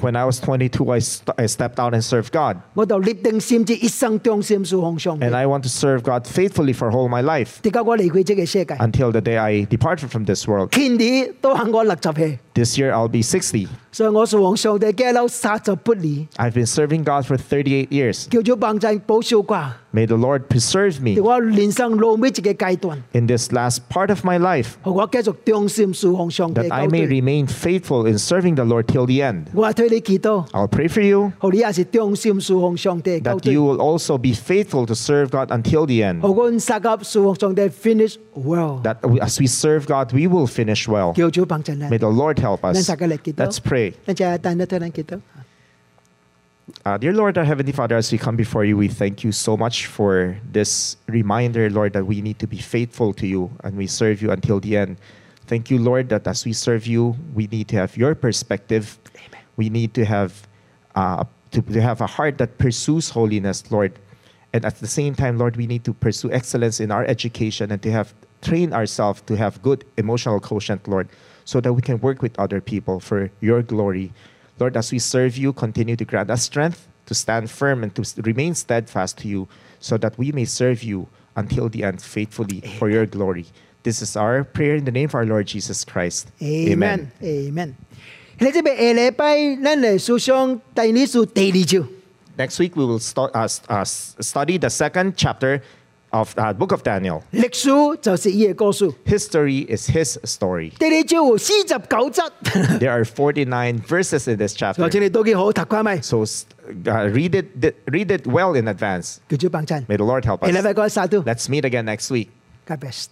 [SPEAKER 2] When I was 22, I, st- I stepped out and served God.
[SPEAKER 1] 我就立定心志，一生忠心侍奉上帝
[SPEAKER 2] And。I want to serve God faithfully for whole my life
[SPEAKER 1] 直到我離開這個世界，
[SPEAKER 2] until the day I departed from this world.
[SPEAKER 1] 天地都限我六十歲，
[SPEAKER 2] This year I'll be 60.
[SPEAKER 1] 所以我侍奉上帝嘅老三十八年，
[SPEAKER 2] I've been serving God for 38 years.
[SPEAKER 1] 叫做幫助保守寡，
[SPEAKER 2] May the Lord preserve
[SPEAKER 1] 在
[SPEAKER 2] me
[SPEAKER 1] 我人生路尾一個階段，
[SPEAKER 2] in this last part of my life
[SPEAKER 1] 讓我繼續忠心侍奉上帝
[SPEAKER 2] that I
[SPEAKER 1] 教導。
[SPEAKER 2] may remain faithful in serving the Lord till the end.
[SPEAKER 1] 我替你祈禱，
[SPEAKER 2] I'll pray for you
[SPEAKER 1] 讓你也是忠心侍奉上帝教
[SPEAKER 2] that
[SPEAKER 1] 導。
[SPEAKER 2] you will also be faithful to serve God until the end.
[SPEAKER 1] 讓我三甲侍奉上帝 finish well，
[SPEAKER 2] That we- as we serve God, we will finish well.
[SPEAKER 1] 叫做幫助你
[SPEAKER 2] May。the Lord help us. Let's pray.
[SPEAKER 1] 大家等一等，等一等。
[SPEAKER 2] Uh, dear Lord, our Heavenly Father, as we come before you, we thank you so much for this reminder, Lord, that we need to be faithful to you and we serve you until the end. Thank you, Lord, that as we serve you, we need to have your perspective. Amen. We need to have uh, to, to have a heart that pursues holiness, Lord. And at the same time, Lord, we need to pursue excellence in our education and to have train ourselves to have good emotional quotient, Lord, so that we can work with other people for your glory. Lord, as we serve you, continue to grant us strength to stand firm and to s- remain steadfast to you, so that we may serve you until the end faithfully for your glory. This is our prayer in the name of our Lord Jesus Christ.
[SPEAKER 1] Amen. Amen. 喺呢邊下禮拜，咱嚟思想第二書第二章。
[SPEAKER 2] Next week, we will stu- uh, s- uh, s- study the second chapter of uh, book of Daniel.
[SPEAKER 1] 歷史就是伊嘅故事。
[SPEAKER 2] History is his story.
[SPEAKER 1] 第二章有四十九 則，
[SPEAKER 2] There are 49 verses in this
[SPEAKER 1] 或者
[SPEAKER 2] chapter.
[SPEAKER 1] 你都幾好讀看咪？
[SPEAKER 2] So s- uh, read, it, di- read it well in advance.
[SPEAKER 1] 叫做幫襯。
[SPEAKER 2] May the Lord help
[SPEAKER 1] 下禮
[SPEAKER 2] us.
[SPEAKER 1] 拜講沙都，
[SPEAKER 2] Let's meet again next week.
[SPEAKER 1] God bless。